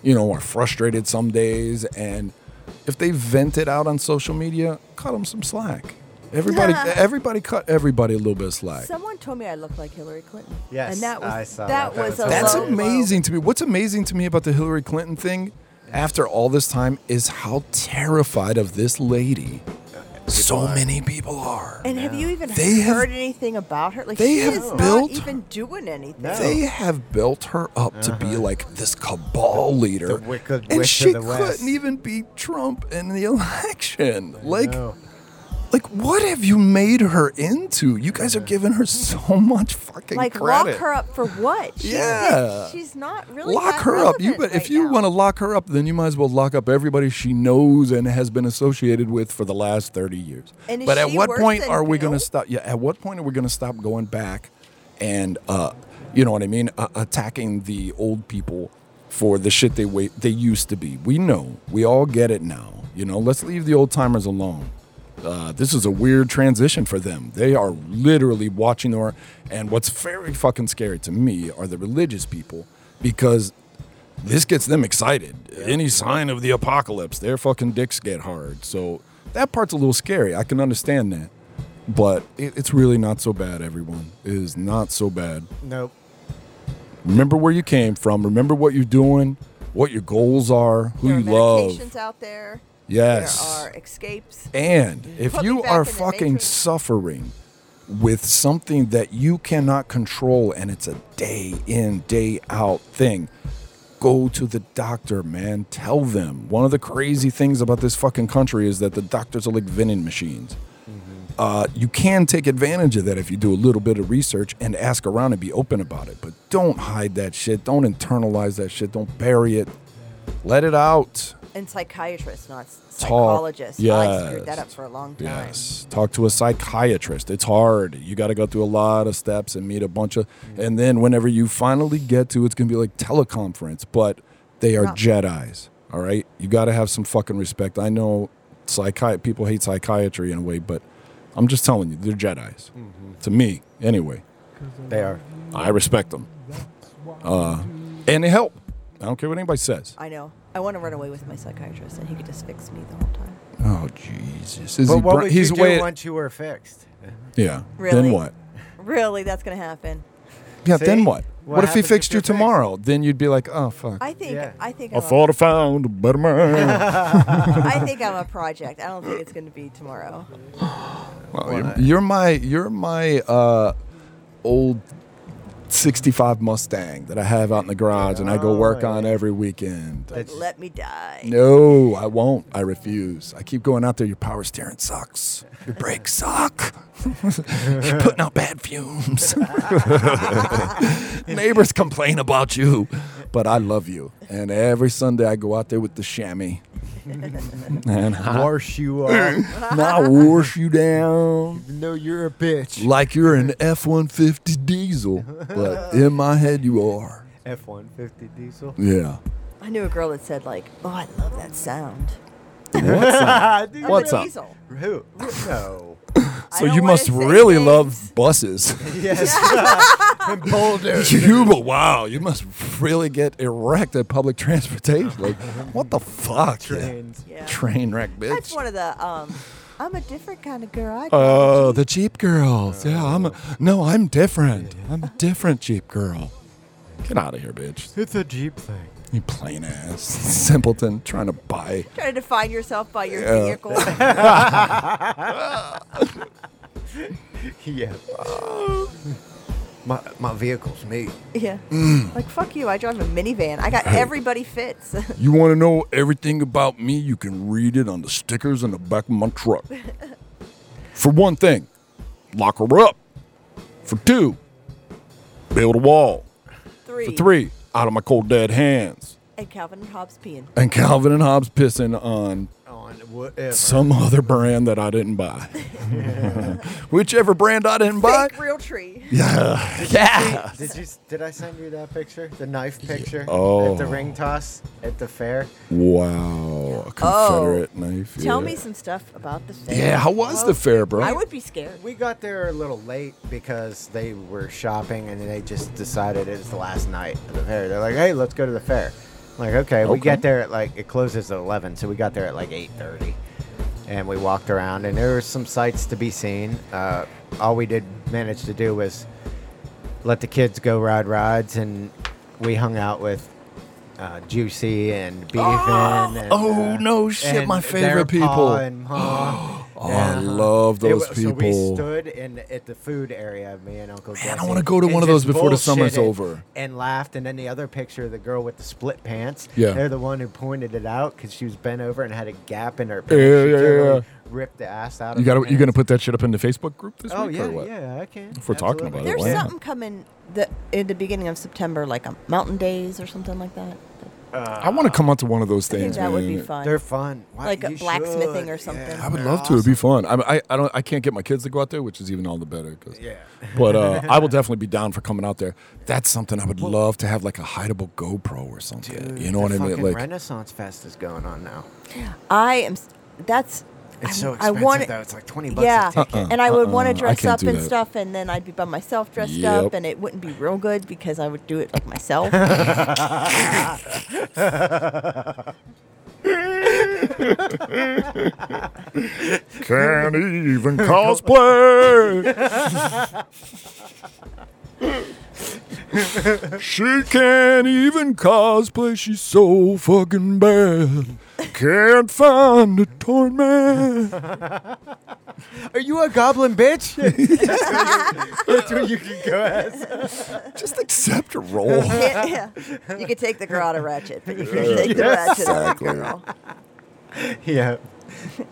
S3: you know, are frustrated some days, and if they vent it out on social media, cut them some slack. Everybody, everybody, cut everybody a little bit of slack.
S2: Someone told me I looked like Hillary Clinton.
S4: Yes,
S2: and that was
S4: I saw
S2: that,
S4: that. That
S2: was
S4: was
S2: a
S3: That's
S2: low blow.
S3: amazing to me. What's amazing to me about the Hillary Clinton thing, after all this time, is how terrified of this lady. so many people are.
S2: And have you even
S3: They have-
S2: heard anything about her? Like
S3: they
S2: she
S3: have
S2: is not
S3: built-
S2: even doing anything.
S4: No.
S3: They have built her up to be like this cabal leader,
S4: Uh-huh. the wicked
S3: and
S4: witch of
S3: she
S4: the West.
S3: couldn't even beat Trump in the [LAUGHS] election. like,
S4: No.
S3: like what have you made her into? You guys are giving her so much fucking
S2: Like
S3: credit.
S2: lock her up for
S3: [LAUGHS]
S2: what? She's,
S3: Yeah.
S2: she's not really
S3: lock
S2: that
S3: her up. You,
S2: relevant
S3: but if
S2: right
S3: you
S2: now.
S3: want to lock her up, then you might as well lock up everybody she knows and has been associated with for the last thirty years.
S2: And is
S3: but at
S2: she
S3: what
S2: worse
S3: point
S2: than
S3: are we
S2: Bill?
S3: going to stop? Yeah, at what point are we going to stop going back and, uh, you know what I mean, uh, attacking the old people for the shit they wait they used to be? We know, we all get it now. You know, let's leave the old timers alone. Uh, this is a weird transition for them. They are literally watching or, and what's very fucking scary to me are the religious people because this gets them excited. Any sign of the apocalypse, their fucking dicks get hard. So that part's a little scary. I can understand that. But it, it's really not so bad, everyone. It is not so bad.
S4: Nope.
S3: Remember where you came from. Remember what you're doing, what your goals are, who
S2: There are
S3: you love.
S2: medications out there.
S3: Yes.
S2: There are escapes.
S3: And if
S2: Put me
S3: you
S2: back
S3: are
S2: in the
S3: fucking
S2: Matrix.
S3: suffering with something that you cannot control and it's a day in, day out thing, go to the doctor, man. Tell them. One of the crazy things about this fucking country is that the doctors are like vending machines.
S2: Mm-hmm.
S3: Uh, you can take advantage of that if you do a little bit of research and ask around and be open about it. But don't hide that shit. Don't internalize that shit. Don't bury it. Let it out.
S2: And psychiatrists, not s- psychologists. I screwed that
S3: yes.
S2: up for a long time.
S3: Yes. Talk to a psychiatrist. It's hard. You got to go through a lot of steps and meet a bunch of. And then whenever you finally get to, it's going to be like teleconference, but they are Jedi's. All right. You got to have some fucking respect. I know psychi- people hate psychiatry in a way, but I'm just telling you, they're Jedi's. To me, anyway.
S4: They are.
S3: I respect them. Uh, and they help. I don't care what anybody says.
S2: I know. I want to run away with my psychiatrist, and he could just fix me the whole time.
S3: Oh, Jesus. Is
S4: But
S3: he
S4: what
S3: br-
S4: would
S3: he's
S4: you do
S3: way-
S4: once you were fixed?
S3: Yeah.
S2: Really?
S3: Then what?
S2: Really, that's gonna happen.
S3: Yeah, then
S4: See?
S3: what? What,
S4: What
S3: if he
S4: happens if
S3: fixed you
S4: you're fixed?
S3: tomorrow? Then you'd be like, oh, fuck. I,
S2: I think.
S4: Yeah.
S2: I think. I'm a-
S3: thought I found a better man.
S2: I think I'm a project. I don't think it's gonna be tomorrow.
S3: [LAUGHS] Well, you're, you're my, you're my uh, old 65 Mustang that I have out in the garage and I go work on every weekend.
S4: It's-
S2: Let me die.
S3: No, I won't. I refuse. I keep going out there. Your power steering sucks. Your brakes suck. [LAUGHS] You're putting out bad fumes. [LAUGHS] Neighbors complain about you, but I love you. And every Sunday I go out there with the chamois. and I,
S4: Wash you up.
S3: and I wash [LAUGHS] you down
S4: no, you're a bitch.
S3: like you're an F 150 diesel, but in my head you are.
S4: F one fifty diesel.
S3: Yeah.
S2: I knew a girl that said like, "Oh, I love that sound."
S3: What's up?
S4: [LAUGHS] Dude,
S3: What's up? [LAUGHS]
S2: Diesel.
S4: Who? No.
S2: I
S3: So
S2: don't
S3: you
S2: wanna
S3: must
S2: say
S3: really
S2: names.
S3: love buses.
S4: yes. and Boulder.
S3: [LAUGHS] You, but wow, you must really get erect at public transportation. Like, what the fuck?
S4: Trains.
S2: Yeah.
S3: Train wreck, bitch.
S2: That's one of the. Um, I'm a different kind of girl. I
S3: oh, the Jeep girls. Yeah, I'm. A, no, I'm different. I'm a different Jeep girl. Get out of here, bitch.
S4: It's a Jeep thing.
S3: You plain ass simpleton trying to buy.
S2: try to define yourself by your
S3: Yeah. [LAUGHS]
S2: vehicle.
S4: [LAUGHS] Yeah. my my vehicle's me.
S2: yeah.
S3: Mm.
S2: Like fuck you. I drive a minivan. I got everybody fits. [LAUGHS]
S3: You want to know everything about me? You can read it on the stickers on the back of my truck. For one thing, lock her up. For two, build a wall.
S2: Three.
S3: For three, out of my cold dead hands.
S2: And Calvin and Hobbes peeing.
S3: And Calvin and Hobbes pissing on
S4: on whatever.
S3: Some other brand that I didn't buy. [LAUGHS] Whichever brand I didn't buy.
S2: Fake real tree.
S3: Yeah. Yeah.
S4: Did you? Did I send you that picture? The knife picture
S3: Oh.
S4: at the ring toss at the fair.
S3: Wow. A Confederate knife.
S2: Oh. Tell
S3: yeah.
S2: me some stuff about the fair.
S3: Yeah, how Oh, was the fair, bro?
S2: I would be scared.
S4: We got there a little late because they were shopping and they just decided it was the last night of the fair. They're like, "Hey, let's go to the fair." I'm like, okay, we
S3: Okay.
S4: get there at like it closes at eleven, so we got there at like eight thirty, and we walked around and there were some sights to be seen. Uh, all we did manage to do was let the kids go ride rides, and we hung out with. Uh, Juicy and Beefin. and,
S3: oh,
S4: uh,
S3: no shit,
S4: and
S3: my
S4: their
S3: favorite
S4: pa
S3: people.
S4: and
S3: [GASPS]
S4: ma.
S3: Oh, I
S4: Yeah.
S3: love
S4: It
S3: those
S4: wa-
S3: people.
S4: So we stood in at the food area, me and Uncle.
S3: I
S4: Jesse,
S3: wanna go to
S4: and
S3: one of those
S4: just
S3: before the summer's
S4: bullshitted
S3: over.
S4: And laughed, and then the other picture, of the girl with the split pants.
S3: Yeah.
S4: they're the one who pointed it out because she was bent over and had a gap in her
S3: Yeah,
S4: pants. She
S3: yeah, yeah,
S4: totally
S3: yeah.
S4: Ripped the ass out.
S3: you
S4: of
S3: got
S4: her
S3: to you gonna
S4: pants.
S3: put that shit up in the Facebook group this
S4: Oh
S3: week
S4: yeah,
S3: or what?
S4: yeah, I can.
S3: If we're talking about it,
S4: Absolutely.
S2: There's
S3: why not?
S2: something coming the, in the beginning of September, like a Mountain Days or something like that.
S3: I want to come onto one of those
S2: I think
S3: things.
S2: that would
S3: man.
S2: be fun.
S4: They're fun. Why-
S2: Like a
S4: you
S2: blacksmithing
S4: should.
S2: or something.
S4: Yeah.
S3: I would love to. It'd be fun. I, I, I don't. I can't get my kids to go out there, which is even all the better. 'cause-
S4: Yeah.
S3: But uh, I will definitely be down for coming out there. That's something I would love to have, like a hideable GoPro or something. you know
S4: The
S3: what I mean?
S4: fucking
S3: Like,
S4: Renaissance Fest is going on now.
S2: I am. s- That's.
S4: It's
S2: I,
S4: so
S2: I
S4: expensive
S2: want
S4: though. It's like twenty bucks
S2: yeah,
S4: a ticket.
S2: and I would want
S3: uh-uh, I
S2: to dress
S3: can't
S2: up
S3: do
S2: and
S3: that.
S2: stuff, and then I'd be by myself dressed
S3: Yep.
S2: up, and it wouldn't be real good because I would do it like
S3: [LAUGHS]
S2: myself.
S3: [LAUGHS] can't
S4: [LAUGHS]
S3: even cosplay. [LAUGHS] she can't even cosplay. She's so fucking bad. Can't find a torn man.
S4: Are you a goblin bitch?
S2: [LAUGHS]
S4: That's what you can go as.
S3: Just accept a role.
S4: [LAUGHS]
S2: Yeah, yeah. You could take the girl out of Ratchet, but you couldn't take the Ratchet out of the girl. [LAUGHS]
S4: Yeah.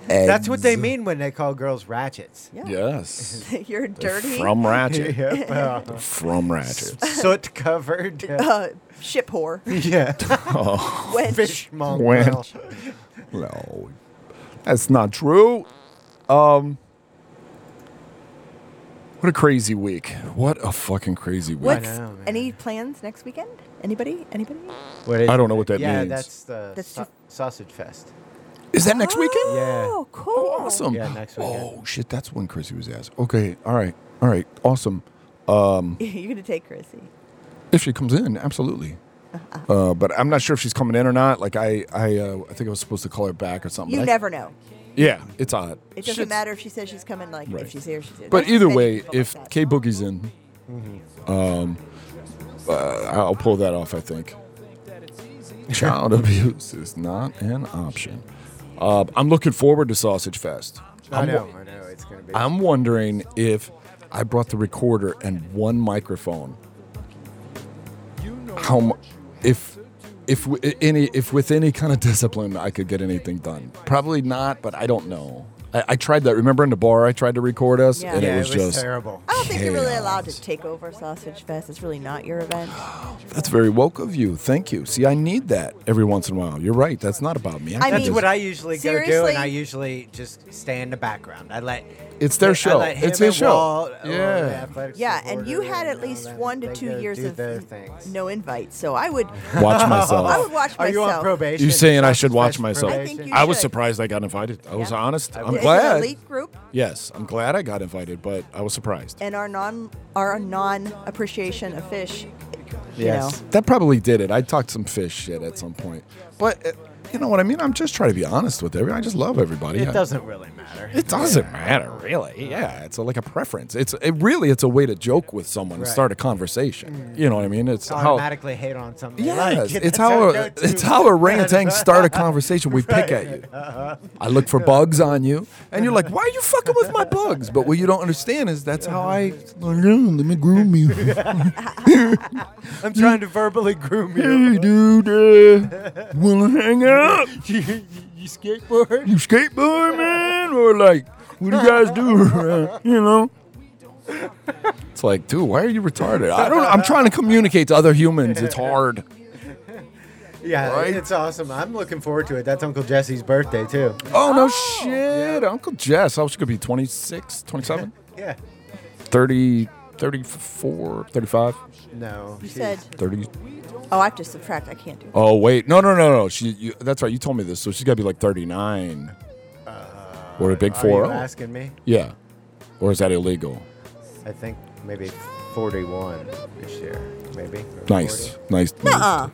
S4: That's what they mean when they call girls ratchets.
S2: Yeah.
S3: Yes.
S2: You're dirty,
S3: From
S4: [LAUGHS]
S3: Ratchet.
S2: [LAUGHS]
S4: Yep.
S2: Oh.
S4: uh,
S3: From
S4: [LAUGHS]
S3: Ratchet.
S4: soot covered. uh,
S2: uh, ship
S3: [LAUGHS]
S2: whore, [LAUGHS]
S4: yeah.
S3: Oh.
S2: wench.
S4: Fishmonger.
S3: Wench. No. That's not true. Um What a crazy week. What a fucking crazy week.
S2: What's
S4: know, man.
S2: any plans next weekend? Anybody? Anybody?
S4: What is
S3: I don't know what that
S4: yeah,
S3: means.
S4: that's the
S2: That's
S4: sau-
S2: ju-
S4: sausage fest.
S3: Is that next weekend?
S4: Yeah.
S2: Oh, cool.
S3: Oh, awesome.
S4: Yeah, next weekend.
S3: Oh shit, that's when Chrissy was asked. Okay, all right. All right. Awesome.
S2: [LAUGHS] You're gonna take Chrissy.
S3: If she comes in,
S2: [LAUGHS]
S3: absolutely. Uh, but I'm not sure if she's coming in or not. Like I, I, uh, I think I was supposed to call her back or something.
S2: You
S3: but I-
S2: never know.
S3: Yeah, it's odd.
S2: It doesn't
S3: Shit's-
S2: matter if she says she's coming. Like
S3: Right.
S2: if she's here, she's here.
S3: But
S2: There's
S3: either
S2: many
S3: way,
S2: people like
S3: if
S2: that.
S3: K Boogie's in, um, uh, I'll pull that off. I think child abuse is not an option. Uh, I'm looking forward to Sausage Fest.
S4: I know. I know. It's gonna be.
S3: I'm wondering if I brought the recorder and one microphone. How mu- if if w- any if with any kind of [LAUGHS] discipline I could get anything done? Probably not, but I don't know. I, I tried that. Remember in the bar, I tried to record us,
S2: Yeah.
S3: and
S4: yeah,
S3: it was, just
S4: terrible.
S2: I don't think you're really allowed to take over Sausage Fest. It's really not your event.
S3: That's very woke of you. Thank you. See, I need that every once in a while. You're right. That's not about me.
S2: I
S3: can
S4: That's
S2: mean-
S3: just-
S4: what I usually go do,
S2: Seriously?
S4: and I usually just stay in the background. I let.
S3: It's their
S4: I
S3: show.
S4: let him
S3: It's his
S4: and
S3: show.
S4: Walt, or the
S3: Yeah.
S4: Athletics
S2: Yeah, and you
S4: reporter
S2: had at
S4: and all
S2: least
S4: that.
S2: one to
S4: They
S2: two
S4: go
S2: years
S4: do
S2: of
S4: their
S2: n-
S4: things.
S2: no invite, so I
S4: [LAUGHS]
S2: would, [LAUGHS]
S3: watch
S2: I would
S3: myself.
S2: watch
S4: Are you
S2: myself.
S4: on probation?
S3: You saying I
S4: Sausage
S3: should watch
S4: Fest
S3: myself?
S2: I think you
S3: I was
S2: should.
S3: surprised I got invited. I was
S2: Yeah.
S3: honest.
S4: I
S3: I'm
S4: would.
S2: It's an
S3: glad.
S2: elite group,
S3: Yes, I'm glad I got invited, but I was surprised.
S2: and our non our non appreciation of fish. You
S4: Yes.
S2: know,
S3: That probably did it. I talked some fish shit at some point, but uh, you know what I mean. I'm just trying to be honest with everyone. I just love everybody.
S4: It
S3: I-
S4: doesn't really
S2: [LAUGHS]
S4: matter.
S3: It doesn't matter, really. Yeah, it's a, like a preference. It's it really it's a way to joke with someone and
S4: Right. Mm.
S3: start a conversation. You know what I mean? It's how
S4: automatically hate on something. they like. [LAUGHS]
S3: yes, it's
S4: That's
S3: how
S4: it
S3: a,
S4: goes
S3: it's
S4: to-
S3: how
S4: [LAUGHS]
S3: orangutans start a conversation. We pick at you.
S4: Uh-huh.
S3: I look for bugs on you, and you're like, "Why are you fucking with my bugs?" But what you don't understand is that's how
S4: [LAUGHS]
S3: I let me groom you.
S4: I'm trying to verbally
S3: [LAUGHS]
S4: groom you.
S3: Hey, dude,
S4: [LAUGHS]
S3: uh, wanna hang out?
S4: you, you skateboard?
S3: You skateboard, man? Or like, what do you guys
S4: [LAUGHS]
S3: do? around- you know? It's like, dude, why are you retarded? I don't. know. I'm trying to communicate to other humans. It's hard.
S4: Yeah,
S3: Right?
S4: it's awesome. I'm looking forward to it. That's Uncle Jesse's birthday too.
S3: Oh, no shit. Uncle Jess. I was going to be 26, 27,
S4: Yeah.
S3: 30, 34, 35,
S4: No.
S2: You
S4: she's-
S2: said,
S3: 30.
S2: oh, I have to subtract. I can't do that.
S3: Oh, wait. No, no, no, no. She. You, that's right. You told me this. So she's got to be like 39 or a big
S4: Uh, Are you
S3: 4
S4: asking me?
S3: Yeah. Or is that illegal?
S4: I think maybe 41 this year, maybe. or
S3: Nice.
S4: 40
S3: Nice.
S4: Uh-uh.
S2: Nuh-uh.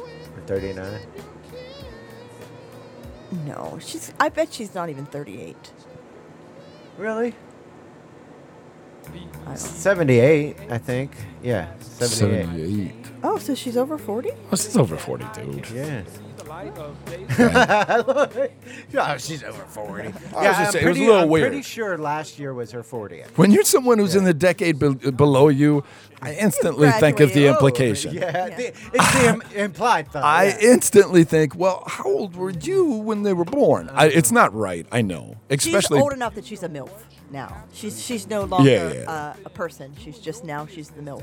S4: or 39.
S2: No, she's. I bet she's not even 38.
S4: Really?
S2: I don't.
S4: 78, I think. Yeah, 78.
S3: 78.
S2: Oh, so she's over 40?
S3: Oh, she's over 40, dude.
S4: Yeah. [LAUGHS] oh, she's over 40. Yeah,
S3: was gonna say, it
S4: I'm
S3: was a
S4: pretty,
S3: little
S4: I'm pretty
S3: weird.
S4: sure last year was her 40th.
S3: When you're someone who's in the decade be- below you,
S2: [LAUGHS]
S3: I instantly think of
S2: graduated
S3: the
S2: old.
S3: [LAUGHS] implication.
S4: Oh, Yeah,
S2: Oh, Yeah.
S3: [LAUGHS]
S4: the- it's the im- implied thought.
S3: I
S4: yeah.
S3: instantly think, well, how old were you when they were born? I, it's not right. I know, especially
S2: Uh-huh. she's old enough that she's a MILF now. She's she's no longer
S3: Yeah, yeah.
S2: Uh, a person. She's just now she's the MILF.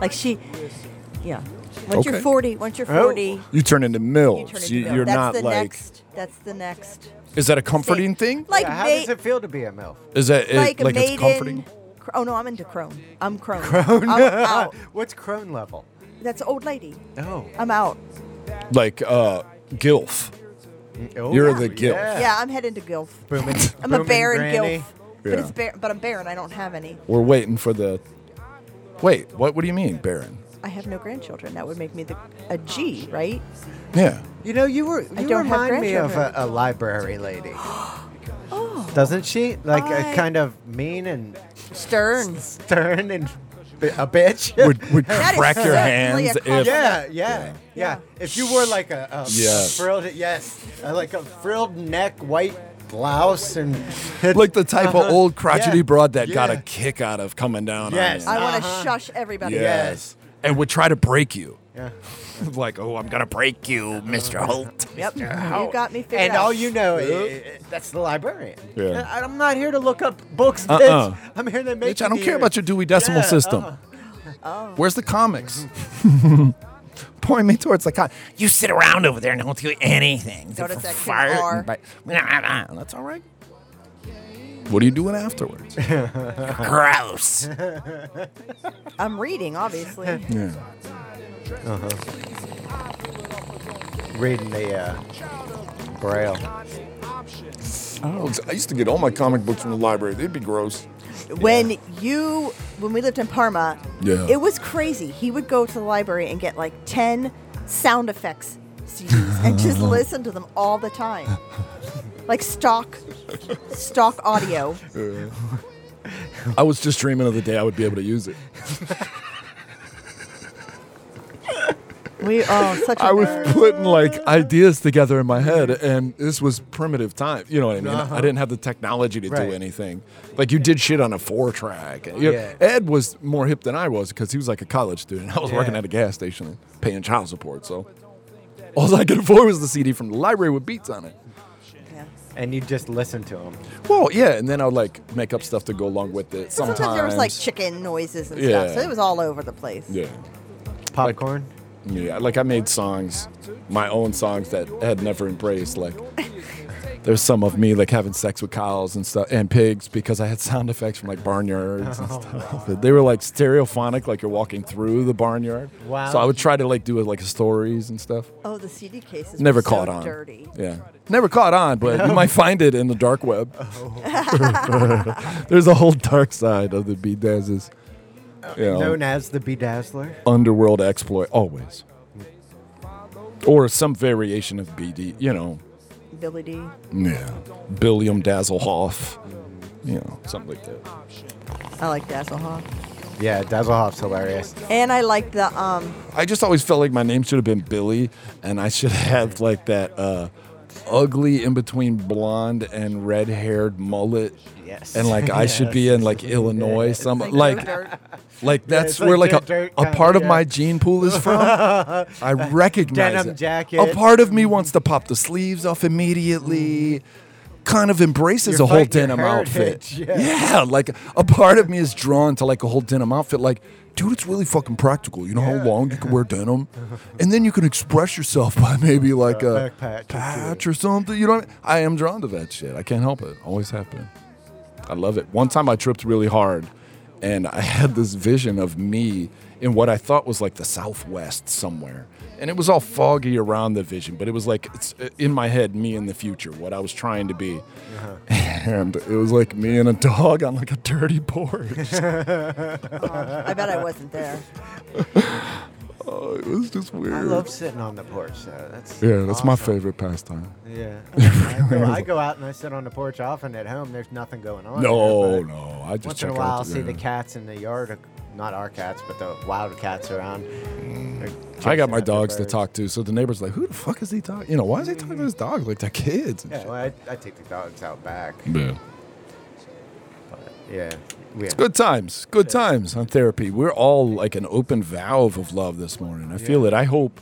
S2: Like she, yeah. Once
S3: Okay.
S2: you're 40, once you're
S4: Oh.
S2: 40,
S3: you turn into
S2: you turn
S3: milfs.
S2: into
S3: You,
S2: MILF.
S3: you're
S2: that's
S3: not
S2: the
S3: like.
S2: next. That's the next.
S3: Is that a comforting thing?
S2: Like
S4: Yeah, how
S2: ma-
S4: does it feel to be a MILF?
S3: Is that it-
S2: like,
S3: like
S2: maiden.
S3: it's comforting?
S2: cr- Oh no, I'm into crone. I'm crone.
S3: [LAUGHS] Oh,
S2: Crone. I'm out.
S4: What's crone level?
S2: That's old lady.
S4: Oh.
S2: I'm out.
S3: Like uh, gilf.
S4: oh
S3: You're the gilf.
S2: Yeah, I'm heading to gilf.
S4: Booming,
S2: [LAUGHS] I'm a
S4: booming
S2: barren
S4: granny.
S2: gilf. But
S3: Yeah.
S2: it's bar- but I'm barren. I don't have any.
S3: We're waiting for the. Wait, what? What do you mean, Baron?
S2: I have no grandchildren. That would make me the a G, right?
S3: Yeah.
S4: You know, you were you
S2: don't have
S4: remind me of a,
S2: grandchildren. Oh.
S4: a library
S2: [GASPS]
S4: lady. Doesn't she? Like a
S2: I-
S4: kind of mean and
S2: Stern.
S4: stern and bi- a bitch.
S3: [LAUGHS] Would would
S2: That is
S3: crack your
S2: certainly a
S3: hands if
S2: compliment.
S4: yeah, yeah, yeah,
S2: Yeah.
S4: If you wore like a, a
S3: Yeah.
S4: frilled yes, uh, like a frilled neck white blouse and
S3: like the type of old crotchety
S4: Yeah.
S3: broad that got a
S4: Yeah.
S3: kick out of coming down
S4: Yes.
S3: on
S2: I want to
S4: Uh-huh.
S2: shush everybody.
S3: you. Yes. And would try to break you. [LAUGHS]
S4: Yeah.
S3: like, oh, I'm gonna break you, Mr. Holt.
S2: Yep. You got me figured
S4: And
S2: out.
S4: all you know, i- i- that's the librarian.
S3: Yeah.
S4: I- I'm not here to look up books, bitch.
S3: Uh-uh.
S4: I'm here to make.
S3: Bitch, I
S4: you
S3: don't care
S4: hear.
S3: about your Dewey Decimal
S4: Yeah,
S3: System.
S4: uh-uh.
S3: uh-huh. Where's the comics? [LAUGHS] Point me towards the comic.
S5: You sit around over there and don't do anything.
S2: Go to section
S5: Fart and
S2: R.
S5: bite- Nah, nah, nah,
S3: That's all right. What are you doing [LAUGHS] afterwards?
S5: That's gross.
S2: I'm reading, obviously.
S3: [LAUGHS] yeah.
S4: reading the uh, braille.
S3: Oh, I used to get all my comic books from the library. They'd be gross.
S2: When you, when we lived in Parma,
S3: Yeah.
S2: it was crazy. He would go to the library and get like 10 sound effects CDs
S3: [LAUGHS]
S2: and just listen to them all the time. Like stock, stock audio.
S3: I was just dreaming of the day I would be able to use it.
S2: We, oh, such a
S3: I was
S2: nerd.
S3: putting like ideas together in my head, and this was primitive time. You know what I mean?
S2: Uh-huh.
S3: I didn't have the technology to
S4: Right.
S3: do anything. Like you did shit on a four track. You know,
S4: Yeah.
S3: Ed was more hip than I was because he was like a college student. I was working
S4: Yeah.
S3: at a gas station and paying child support, so all I could afford was the CD from the library with beats on it.
S2: Yeah.
S4: And you just listen to them.
S3: Well, yeah, and then I would like make up stuff to go along with it.
S2: But
S3: Sometimes,
S2: Sometimes there was like chicken noises and
S3: Yeah.
S2: stuff, so it was all over the place.
S3: yeah,
S4: Popcorn.
S3: yeah. Like I made songs, my own songs that Ed never embraced, like. There's some of me like having sex with cows and stuff and pigs because I had sound effects from like barnyards and stuff. They were like stereophonic, like you're walking through the barnyard.
S4: Wow.
S3: So I would try to like do like stories and stuff.
S2: Oh, the CD cases
S3: Never
S2: were so
S3: caught on.
S2: dirty.
S3: Yeah. Never caught on, but you might find it in the dark web. [LAUGHS] There's a whole dark side of the beat dances. You know,
S4: Known as the Bedazzler.
S3: underworld exploit always. Or some variation of BD, you know.
S2: Billy D.
S3: Yeah. Billiam Dazzlehoff. You know, something like that.
S2: I like Dazzlehoff.
S4: Yeah, Dazzlehoff's hilarious.
S2: And I like the um
S3: I just always felt like my name should have been Billy, and I should have like that uh, ugly in between blonde and red haired mullet.
S4: Yes.
S3: And like I should be in like Illinois, some like
S2: dirt.
S3: like that's
S4: it's like
S3: where like,
S4: dirt,
S3: a,
S4: dirt
S3: a
S4: kinda,
S3: part of
S4: yeah.
S3: my gene pool is
S4: [LAUGHS]
S3: from. I recognize
S4: Denim
S3: it.
S4: jacket.
S3: A part of me wants to pop the sleeves off immediately. kind of embraces
S4: You're
S3: a whole
S4: fighting Mm. your
S3: denim outfit.
S4: heritage,
S3: Yeah. like a part of me is drawn to like a whole denim outfit. Like, dude, it's really fucking practical. You know how long you can wear denim, and then you can express yourself by [LAUGHS] maybe like a
S4: backpack or
S3: patch or something. You know, what I, mean? I am drawn to that shit. I can't help it. Always have been. I love it. One time I tripped really hard and I had this vision of me in what I thought was like the Southwest somewhere. And it was all foggy around the vision, but it was like it's uh, in my head, me in the future, what I was trying to be.
S4: Uh-huh.
S3: [LAUGHS] And it was like me and a dog on like a dirty
S4: [LAUGHS]
S3: porch. [LAUGHS]
S2: I bet I wasn't there.
S3: oh, it was just weird.
S4: I love sitting on the porch. Though. That's
S3: yeah, that's my
S4: awesome.
S3: favorite pastime.
S4: Yeah,
S3: [LAUGHS]
S4: I go, I go out and I sit on the porch often at home. There's nothing going on.
S3: No,
S4: there, but
S3: no, I just
S4: Once
S3: check
S4: in a while,
S3: out
S4: I'll see the
S3: yeah.
S4: cats in the yard. uh, Not our cats, but the wild cats around. They're
S3: I got
S4: chasing
S3: my
S4: after
S3: dogs to
S4: birds.
S3: talk to, so the neighbor's like, "Who the fuck is he talking? You know, why is he talking to his dog like they're kids?" and
S4: Yeah,
S3: shit.
S4: well, I, I take the dogs out back.
S3: yeah.
S4: Yeah, we
S3: Good times. Good times on therapy. We're all like an open valve of love this morning. I feel it. I hope.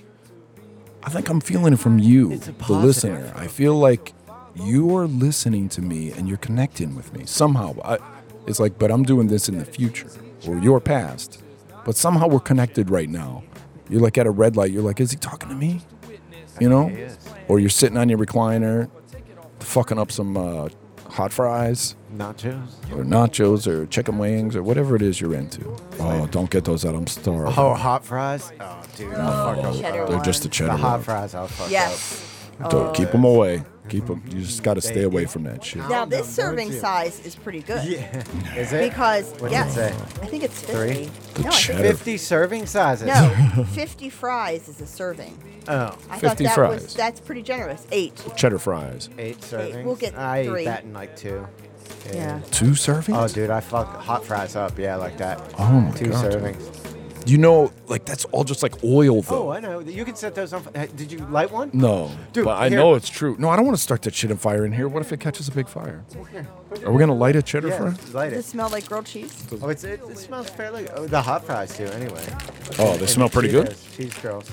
S3: I think I'm feeling it from you,
S4: It's a
S3: the listener.
S4: positive.
S3: I feel like you are listening to me and you're connecting with me somehow. I, it's like, but I'm doing this in the future or your past, but somehow we're connected right now. You're like at a red light. You're like, is he talking to me? You know,
S4: he is.
S3: or you're sitting on your recliner, fucking up some uh, hot fries
S4: nachos.
S3: or nachos or chicken wings or whatever it is you're into. Oh, don't get those out. I'm starved.
S4: Oh, hot fries. Oh, dude, I'll fuck up.
S2: cheddar
S3: They're just a
S2: one.
S3: cheddar.
S4: The hot Oh,
S3: wrap.
S4: fries, I'll fuck up. [LAUGHS]
S2: Yes.
S3: Don't keep them away. Keep them. You just got to stay away from that
S4: Oh.
S3: shit.
S2: Now this
S4: Number
S2: serving
S4: two.
S2: size is pretty good.
S4: Yeah, is it?
S2: Because
S4: What's it
S2: yes,
S4: say?
S2: I think it's
S4: Three?
S2: fifty.
S3: The
S2: no, I
S3: cheddar.
S2: think
S4: 50 serving sizes. [LAUGHS]
S2: no, fifty fries is a serving.
S4: Oh,
S2: I
S3: 50
S2: thought that
S3: fries.
S2: was that's pretty generous. Eight.
S3: Cheddar fries.
S4: eight servings.
S2: we'll get
S4: I
S2: three.
S4: ate that in like two.
S2: Yeah.
S3: Two servings.
S4: Oh, dude, I fuck hot fries up. Yeah, like that.
S3: Oh my
S4: Two
S3: God.
S4: servings.
S3: You know, like that's all just like oil though.
S4: Oh, I know. You can set those on. fi- Did you light one?
S3: no,
S4: Dude,
S3: but I
S4: here.
S3: know it's true. No, I don't want to start that shit on fire in here. What if it catches a big fire? Are we gonna light a cheddar
S4: Yeah,
S3: fry?
S4: light
S2: Does it
S4: it.
S2: smell like grilled cheese?
S4: Oh, it's, it, it smells fairly. Oh, the hot fries too. Anyway.
S3: Oh, they
S4: And
S3: smell pretty good.
S4: Cheetos, Cheese girls.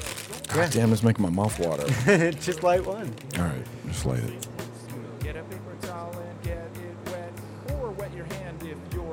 S3: God damn, it's making my mouth water.
S4: [LAUGHS] Just light one.
S3: all right, just light it.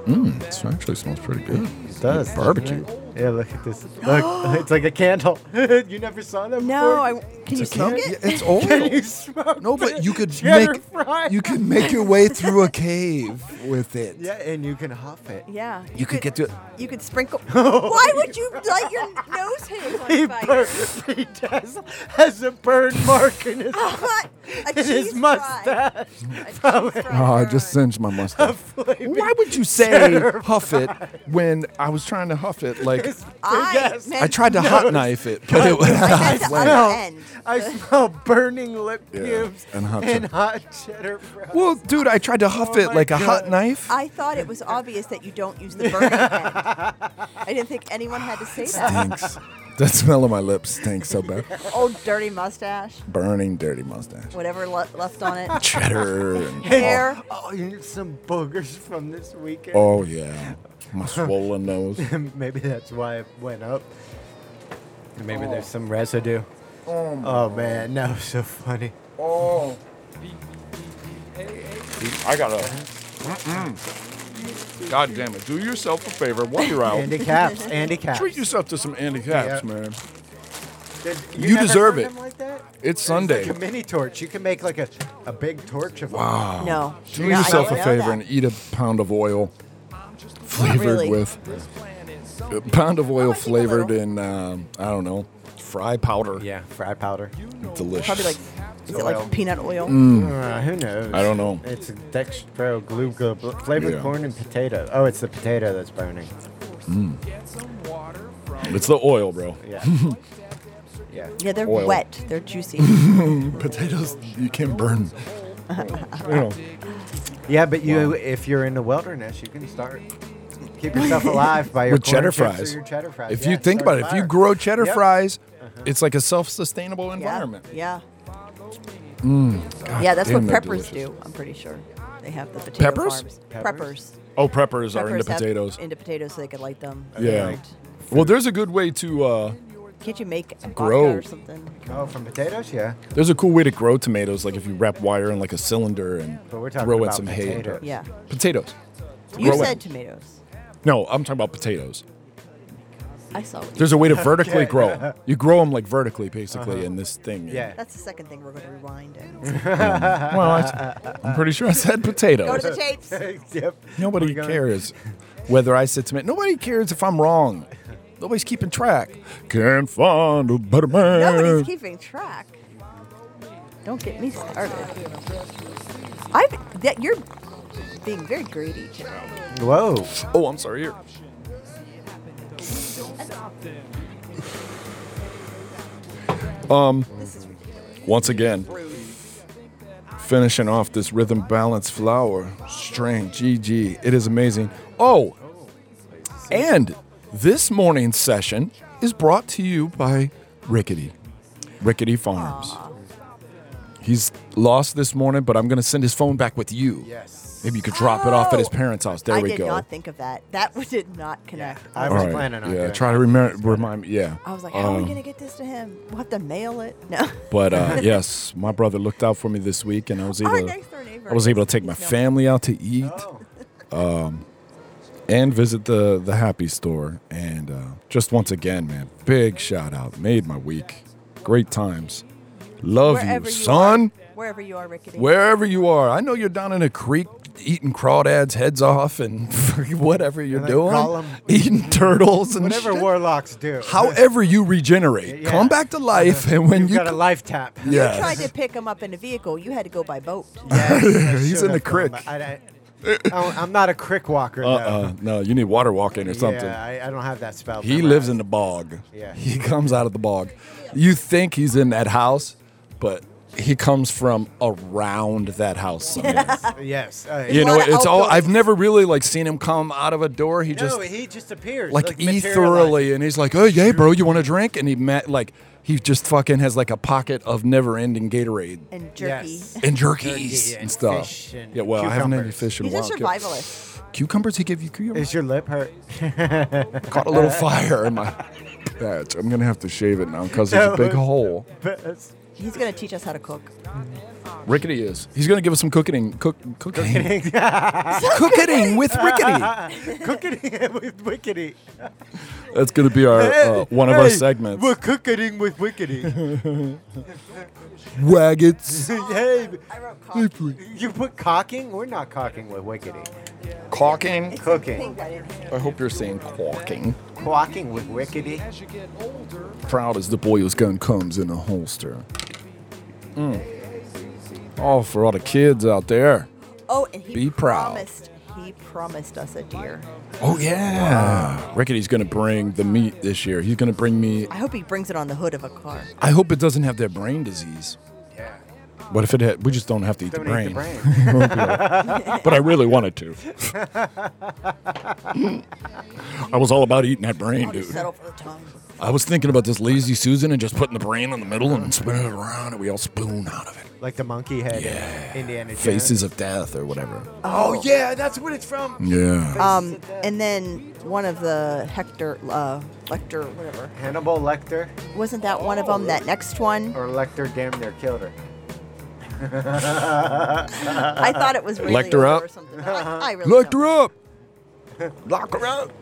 S3: Mmm, this actually smells pretty good.
S4: It does.
S3: Barbecue.
S4: Yeah, look at this. Look, it's like a candle. [LAUGHS] you never saw that
S2: No,
S4: before?
S2: I, can you smoke
S3: Yeah,
S2: it?
S3: it's oil.
S4: Can [LAUGHS]
S3: [LAUGHS]
S4: you smoke
S3: no, but you could
S4: cheddar
S3: make
S4: fries?
S3: you could make your way through a cave with it.
S4: Yeah, and you can huff it. Oh.
S2: Yeah.
S3: You could get to
S2: You could
S4: [LAUGHS]
S2: sprinkle. Why would you light your nose hairs
S4: He,
S2: on fire?
S4: bur- he does, has a burn mark in his,
S2: a
S4: in
S2: cheese
S4: [LAUGHS] his
S2: fry.
S4: mustache.
S2: A cheese fry.
S3: Oh, I just singed [LAUGHS] my mustache. Why would you say huff it when I was trying to huff it? Like
S2: I,
S4: Yes.
S2: meant-
S3: I tried to hot knife it, but it went
S2: I
S3: out
S2: meant
S3: of
S2: the
S3: flavor.
S2: other end.
S4: I smell burning lip
S3: Yeah,
S4: pubes
S3: and hot cheddar.
S4: cheddar fries.
S3: [LAUGHS] Well, dude, I tried to huff
S4: Oh
S3: it
S4: my
S3: like a hot [LAUGHS]
S4: God.
S3: knife.
S2: I thought it was obvious that you don't use the
S3: [LAUGHS]
S2: burning end. I didn't think anyone had to say that.
S3: Stinks. That smell of my lips stinks so bad.
S2: Old dirty mustache,
S3: Burning, dirty mustache.
S2: whatever le- left on it.
S3: Cheddar and
S2: Hair.
S4: oh, you need some boogers from this weekend.
S3: Oh yeah, my swollen nose.
S4: [LAUGHS] Maybe that's why it went up. And Maybe there's some residue. Oh, man, no, so funny.
S3: Oh. I gotta. God damn it. Do yourself a favor
S2: [LAUGHS]
S3: while you're out.
S4: Andy
S3: [LAUGHS]
S4: Caps, Andy Caps.
S3: Treat yourself to some Andy Caps,
S4: Yeah.
S3: man.
S4: Did-
S3: You
S4: never
S3: deserve
S4: burned
S3: it.
S4: them Like that?
S3: It's
S4: It's
S3: Sunday.
S4: like a mini torch. You can make like a, a big torch of
S3: Wow.
S2: No.
S3: Ah, [LAUGHS] Do
S2: No, I
S3: yourself a
S2: didn't know
S3: favor
S2: that.
S3: and eat a pound of oil flavored
S2: really.
S3: with. A pound of oil
S2: might keep a
S3: flavored
S2: little.
S3: in, um, I don't know, fry powder.
S4: Yeah, fry powder.
S3: Delicious.
S2: Probably like, is it
S4: Oil.
S2: like peanut oil?
S3: Mm.
S4: Uh, who knows?
S3: Hmm. I don't know.
S4: It's a dextro glue glu- flavored
S3: Yeah.
S4: corn and potato. Oh, it's the potato that's burning.
S3: It's the oil, bro. [LAUGHS]
S4: Yeah. yeah.
S2: Yeah, they're
S3: Oil.
S2: wet. They're
S3: [LAUGHS]
S2: juicy. [LAUGHS]
S3: Potatoes, you can't burn. Mm-hmm. you know,
S4: Yeah, but you, if you're in the wilderness, you can start.
S3: [LAUGHS]
S4: Keep yourself alive by your
S3: with
S4: corn
S3: cheddar
S4: chips or
S3: fries.
S4: your cheddar fries.
S3: If
S4: Yeah,
S3: you think about
S4: start
S3: it, if
S4: fire.
S3: you grow cheddar
S4: Yep. Uh-huh.
S3: fries, it's like a self-sustainable
S2: yeah.
S3: environment. Mm.
S2: Yeah. yeah, that's what
S3: damn, they're
S2: preppers
S3: delicious.
S2: do. I'm pretty sure they have the potato
S3: Peppers?
S2: farms.
S4: Peppers?
S2: Preppers.
S3: Oh, preppers
S2: Preppers
S3: are into
S2: have
S3: potatoes.
S2: Into potatoes, so they could light them.
S3: yeah. Well, there's a good way to uh,
S2: Can't you make vodka
S3: Grow.
S2: or something?
S4: Oh, from potatoes, yeah.
S3: There's a cool way to grow tomatoes, like if you wrap wire in like a cylinder and
S4: But we're talking
S3: throw in
S4: about
S3: some hay.
S4: potatoes.
S2: Yeah.
S3: Potatoes.
S2: You
S3: Grow it.
S2: said tomatoes.
S3: No, I'm talking about potatoes.
S2: I saw what you
S3: There's a
S4: [LAUGHS]
S3: way to vertically grow 'em. You grow them like vertically, basically, in this thing.
S4: Uh-huh. Yeah.
S2: That's the second thing we're going to rewind.
S3: [LAUGHS]
S2: In.
S3: Well, I, am pretty
S4: [LAUGHS]
S3: sure I said
S2: Go
S3: potatoes.
S2: to the tapes.
S4: yep.
S3: Nobody
S4: We're going-
S3: cares whether I said tomato. Nobody cares if I'm wrong. Nobody's keeping track. Can't find a better man.
S2: Nobody's keeping track. Don't get me started. I've that you're being very greedy today.
S4: Whoa.
S3: oh, I'm sorry. Here.
S2: This is ridiculous.
S3: Um, Once again,
S2: Rude.
S3: finishing off this rhythm balance flower string. GG. It is amazing. Oh, and this morning's session is brought to you by Rickety, Rickety Farms. He's lost this morning, but I'm going to send his phone back with you.
S4: Yes.
S3: Maybe you could drop it off at his
S2: Oh.
S3: parents' house. There
S2: I
S3: we
S2: did
S3: go.
S2: not think of that. That [LAUGHS] one did not connect.
S4: I
S3: All
S4: was
S3: right.
S4: planning on
S3: yeah,
S4: doing
S3: try
S4: that.
S3: to remember, remind me. Yeah.
S2: I was like, how are we
S3: Um,
S2: gonna get this to him? We'll have to mail it. No.
S3: But uh, yes, my brother looked out for me this week, and I was able.
S2: Our next door neighbor.
S3: I was able to take my
S2: No.
S3: family out to eat, um, and visit the the Happy Store. And uh, just once again, man, big shout out, made my week. Great times.
S2: [LAUGHS]
S3: Love
S2: Wherever
S3: you,
S2: you
S3: son.
S2: are. Wherever you are, Rickety.
S3: Wherever you are, I know you're down in a creek eating crawdads heads off and [LAUGHS] whatever you're
S4: Like
S3: doing,
S4: Gollum.
S3: eating turtles and
S4: Whatever
S3: shit.
S4: warlocks do. [LAUGHS]
S3: However you regenerate,
S4: Yeah.
S3: come back to life,
S4: [LAUGHS]
S3: and when
S4: You've
S3: you
S4: got a
S3: [LAUGHS]
S4: life tap.
S2: You
S3: Yes.
S2: tried to pick him up in a vehicle. You had to go by boat.
S3: [LAUGHS]
S4: Yes, I
S3: He's
S4: should
S3: in the
S4: have gone,
S3: crick.
S4: but I, I, am not a crick walker,
S3: uh,
S4: though.
S3: uh, no, you need water walking or something.
S4: Yeah, I, I don't have that spell.
S3: He
S4: memorized.
S3: lives in the bog.
S4: Yeah.
S3: He [LAUGHS] comes out of the bog. You think he's in that house, but he comes from around that house. somewhere. [LAUGHS]
S4: Yes. uh,
S3: you know,
S2: Lot of
S3: it's all.
S2: outgoings.
S3: I've never really like seen him come out of a door. He
S4: no,
S3: just
S4: he just appears
S3: like,
S4: materialized.
S3: ethereally, and he's like, "Oh yeah, bro, you want a drink?" And he met like he just fucking has like a pocket of never-ending Gatorade
S2: And jerky.
S4: Yes.
S3: and
S4: Jerky
S3: jerkies
S4: and
S3: and stuff.
S4: fish and
S3: yeah, well, I haven't had any
S4: cucumbers.
S3: fish
S2: [LAUGHS]
S3: in
S2: He's
S3: a
S2: a
S3: while. Cu-
S2: survivalist.
S3: Cucumbers? He gave you cucumbers?
S4: Is your lip hurt? [LAUGHS]
S3: caught a little fire in my patch. I'm gonna have to shave it now because there's a big hole.
S2: He's gonna teach us how to cook.
S3: Rickety is. He's gonna give us some cooking, cook, cooking, [LAUGHS]
S4: [LAUGHS]
S3: cooking with Rickety.
S4: cooking [LAUGHS] with wickety.
S3: That's gonna be our uh, one of our segments.
S4: We're cooking with
S3: [LAUGHS]
S4: wickety.
S3: Waggets,
S4: hey,
S2: I wrote coffee.
S4: you put cocking? We're not cocking with wickety.
S3: caulking.
S4: Cooking.
S3: I hope you're saying caulking.
S4: Quacking with wickety.
S3: Proud as the boy whose gun comes in a holster. Mm. Oh, for all the kids out there.
S2: Oh, and he
S3: Be proud.
S2: promised. He promised us a deer.
S3: Oh yeah. Rickety's gonna bring the meat this year. He's gonna bring me.
S2: I hope he brings it on the hood of a car.
S3: I hope it doesn't have that brain disease.
S4: Yeah.
S3: But if it had, we just don't have to eat
S4: Don't
S3: the brain.
S4: eat the brain.
S3: [LAUGHS] but I really wanted [LAUGHS] to. I was all about eating that brain,
S2: I'll just
S3: dude.
S2: settle for the tongue.
S3: I was thinking about this lazy Susan and just putting the brain in the middle and spinning it around, and we all spoon out of it.
S4: like the monkey head. in
S3: Yeah.
S4: Indiana Jones.
S3: Faces of death or whatever.
S4: Oh, yeah, that's what it's from.
S3: Yeah.
S2: Um, and then one of the Hector, uh, Lecter, whatever.
S4: Hannibal Lecter
S2: Wasn't that one of them? That next one?
S4: or Lecter damn near killed her.
S2: I thought it was really
S3: Lecter
S2: over
S3: up.
S2: or something. but I, I really
S3: Locked
S2: don't.
S3: her up. [LAUGHS] Lock her up.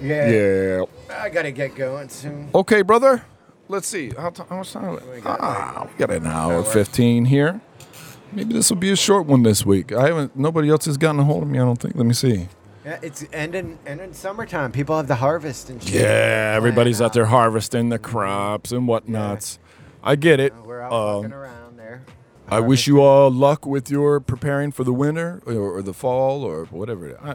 S3: Yeah.
S4: I gotta get going soon.
S3: Okay, brother. Let's see. How, t- how much time? We got? Ah, we got an hour fifteen here. Maybe this will be a short one this week. I haven't. Nobody else has gotten a hold of me. I don't think. Let me see.
S4: Yeah, it's ending ending summertime. People have the harvest and shit.
S3: Yeah, everybody's out there harvesting the crops and whatnots. I get it.
S4: Uh, We're out
S3: Um,
S4: walking around there.
S3: I wish you all luck with your preparing for the winter or, or the fall or whatever. I,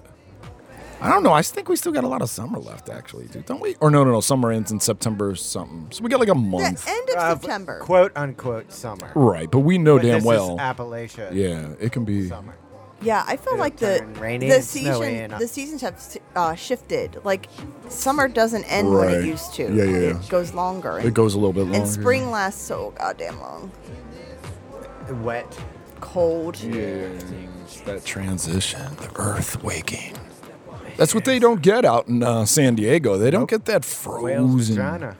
S3: I don't know. I think we still got a lot of summer left, actually, dude. Don't we? Or no, no, no. Summer ends in September or something. So we got like a
S2: The
S3: month.
S2: end of
S4: Uh,
S2: September.
S4: Quote unquote summer.
S3: right, but we know
S4: But
S3: Oh, damn
S4: this
S3: well.
S4: Is Appalachia.
S3: yeah, it can be.
S4: Summer.
S2: yeah, I feel
S4: It'll
S2: like the
S4: turn rainy
S2: the
S4: and snowy
S2: season
S4: and-
S2: the seasons have s- uh, shifted. Like summer doesn't end when
S3: Right.
S2: it used to.
S3: Yeah, yeah, yeah.
S2: It goes longer.
S3: It goes a little bit longer.
S2: And spring lasts so goddamn long.
S4: Wet.
S2: Cold.
S3: Yeah, that transition, the earth waking. That's what they don't get out in uh, San Diego. They don't get that
S4: Whales
S3: frozen.
S4: vagina.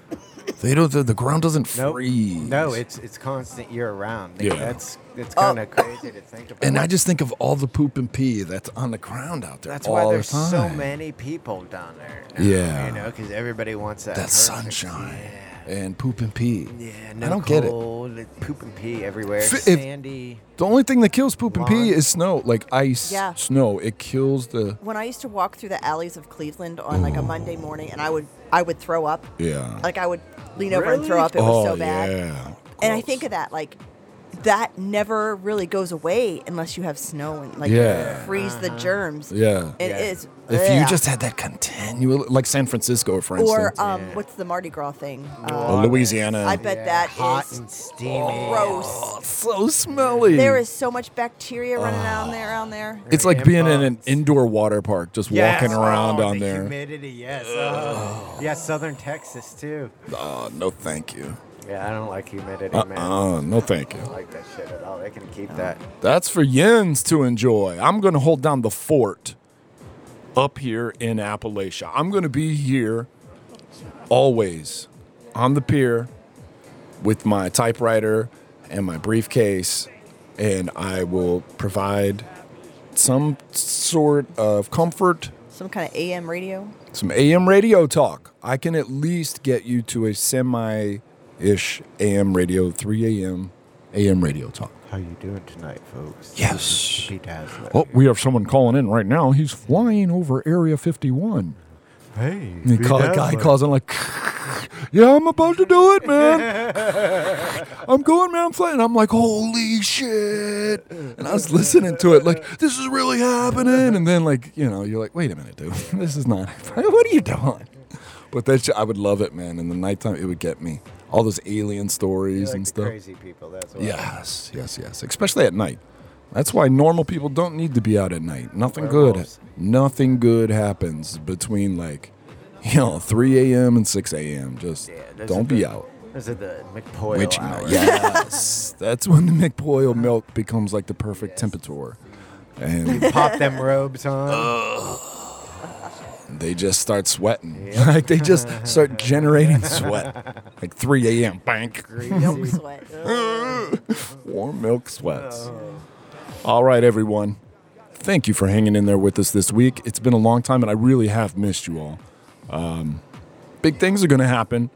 S3: They don't. The, the ground doesn't
S4: Nope.
S3: freeze.
S4: No, it's it's constant year round.
S3: Yeah.
S4: That's it's kind of crazy to think about.
S3: And I just think of all the poop and pee that's on the ground out there.
S4: that's
S3: all
S4: why
S3: the
S4: there's so
S3: time.
S4: many people down there. now,
S3: Yeah.
S4: you know, because everybody wants that
S3: That
S4: perfect-
S3: sunshine and poop and pee.
S4: Yeah, yeah no
S3: I don't get it.
S4: cold, get it. Poop and pee everywhere.
S3: Fi- if-
S4: Sandy.
S3: The only thing that kills poop and pee
S4: Lawn.
S3: is snow, like ice,
S2: Yeah.
S3: snow. It kills the
S2: When I used to walk through the alleys of Cleveland on like a Monday morning, and I would I would throw up.
S3: yeah.
S2: Like I would lean over and throw
S4: Really?
S2: up. It was
S3: oh
S2: so bad.
S3: yeah.
S2: And I
S3: Gross.
S2: think of that like that never really goes away unless you have snow and like
S3: Yeah.
S2: freeze
S4: Uh-huh.
S2: the germs.
S3: Yeah.
S2: It
S4: Yeah.
S2: is.
S3: If you
S2: ugh.
S3: just had that continual, like San Francisco, for
S2: or
S3: instance,
S2: um, what's the Mardi Gras thing?
S3: or
S2: Uh,
S3: Louisiana,
S2: I bet that is
S4: hot and steamy.
S2: gross.
S3: so smelly.
S2: There is so much bacteria running
S3: Ah.
S2: around there. Around there.
S3: It's like being in an indoor water park, just
S4: Yes.
S3: walking around
S4: Oh,
S3: on
S4: the
S3: there.
S4: Humidity, yes. Oh. Yeah, Southern Texas too.
S3: oh no, thank you.
S4: Yeah, I don't like humidity, man. I
S3: Uh, no, thank you.
S4: don't like that shit at all. They can keep that.
S3: That's for Yens to enjoy. I'm going to hold down the fort up here in Appalachia. I'm going to be here always on the pier with my typewriter and my briefcase, and I will provide some sort of comfort,
S2: Some kind of AM
S4: [LAUGHS]
S2: radio.
S3: some AM radio talk. I can at least get you to a semi ish AM radio, 3 AM AM radio talk.
S4: How you doing tonight, folks?
S3: Yes.
S4: Pete Dazzler.
S3: Oh, we have someone calling in right now. He's flying over Area 51.
S4: hey.
S3: And the call, guy calls in like, [LAUGHS] "Yeah, I'm about to do it, man. I'm going, man. I'm flying." I'm like, "Holy shit!" And I was listening to it like, "This is really happening." And then like, you know, you're like, "Wait a minute, dude. [LAUGHS] This is not. What are you doing?" But that shit, I would love it, man. In the nighttime, it would get me all those alien stories
S4: like
S3: and
S4: the
S3: stuff.
S4: Crazy people. That's what
S3: Yes, yes, yes. Especially at night. That's why normal people don't need to be out at night. Nothing good.
S4: Werewolves.
S3: Nothing good happens between like, [LAUGHS] you know, 3 a.m. and 6 a.m. Just
S4: those
S3: don't
S4: are
S3: be
S4: the
S3: out.
S4: Those are the McPoyle
S3: Witch night.
S4: hours. [LAUGHS]
S3: Yes. That's when the [LAUGHS] McPoil milk becomes like the perfect temperature.
S4: [LAUGHS]
S3: And
S4: Pop them robes on.
S3: Uh, they just start sweating. [LAUGHS] like they just start generating sweat. Like 3 a.m. Bank. [LAUGHS]
S2: Milk sweat.
S3: Warm milk sweats. All right, everyone. Thank you for hanging in there with us this week. It's been a long time, and I really have missed you all. Um, big things are going to happen,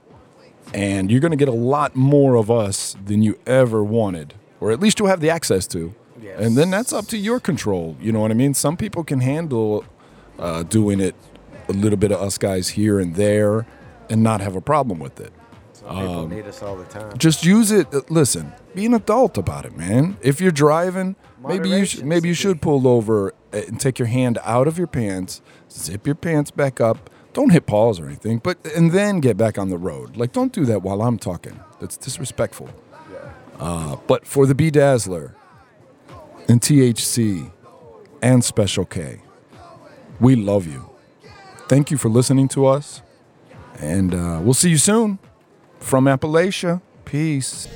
S3: and you're going to get a lot more of us than you ever wanted, or at least you'll have the access to.
S4: Yes.
S3: And then that's up to your control. You know what I mean? Some people can handle uh, doing it a little bit of us guys here and there and not have a problem with it
S4: People
S3: um,
S4: need us all the time.
S3: just use it. uh, Listen, be an adult about it, man. If you're driving, maybe you should,
S4: Moderation's
S3: maybe you
S4: the key.
S3: should pull over uh, and take your hand out of your pants, zip your pants back up. Don't hit pause or anything, but and then get back on the road. Like, don't do that while I'm talking. That's disrespectful. Uh, but for the B Dazzler and THC and Special K, we love you. Thank you for listening to us, and uh, we'll see you soon from Appalachia. Peace.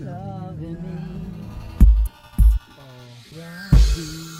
S7: Loving me. Alright.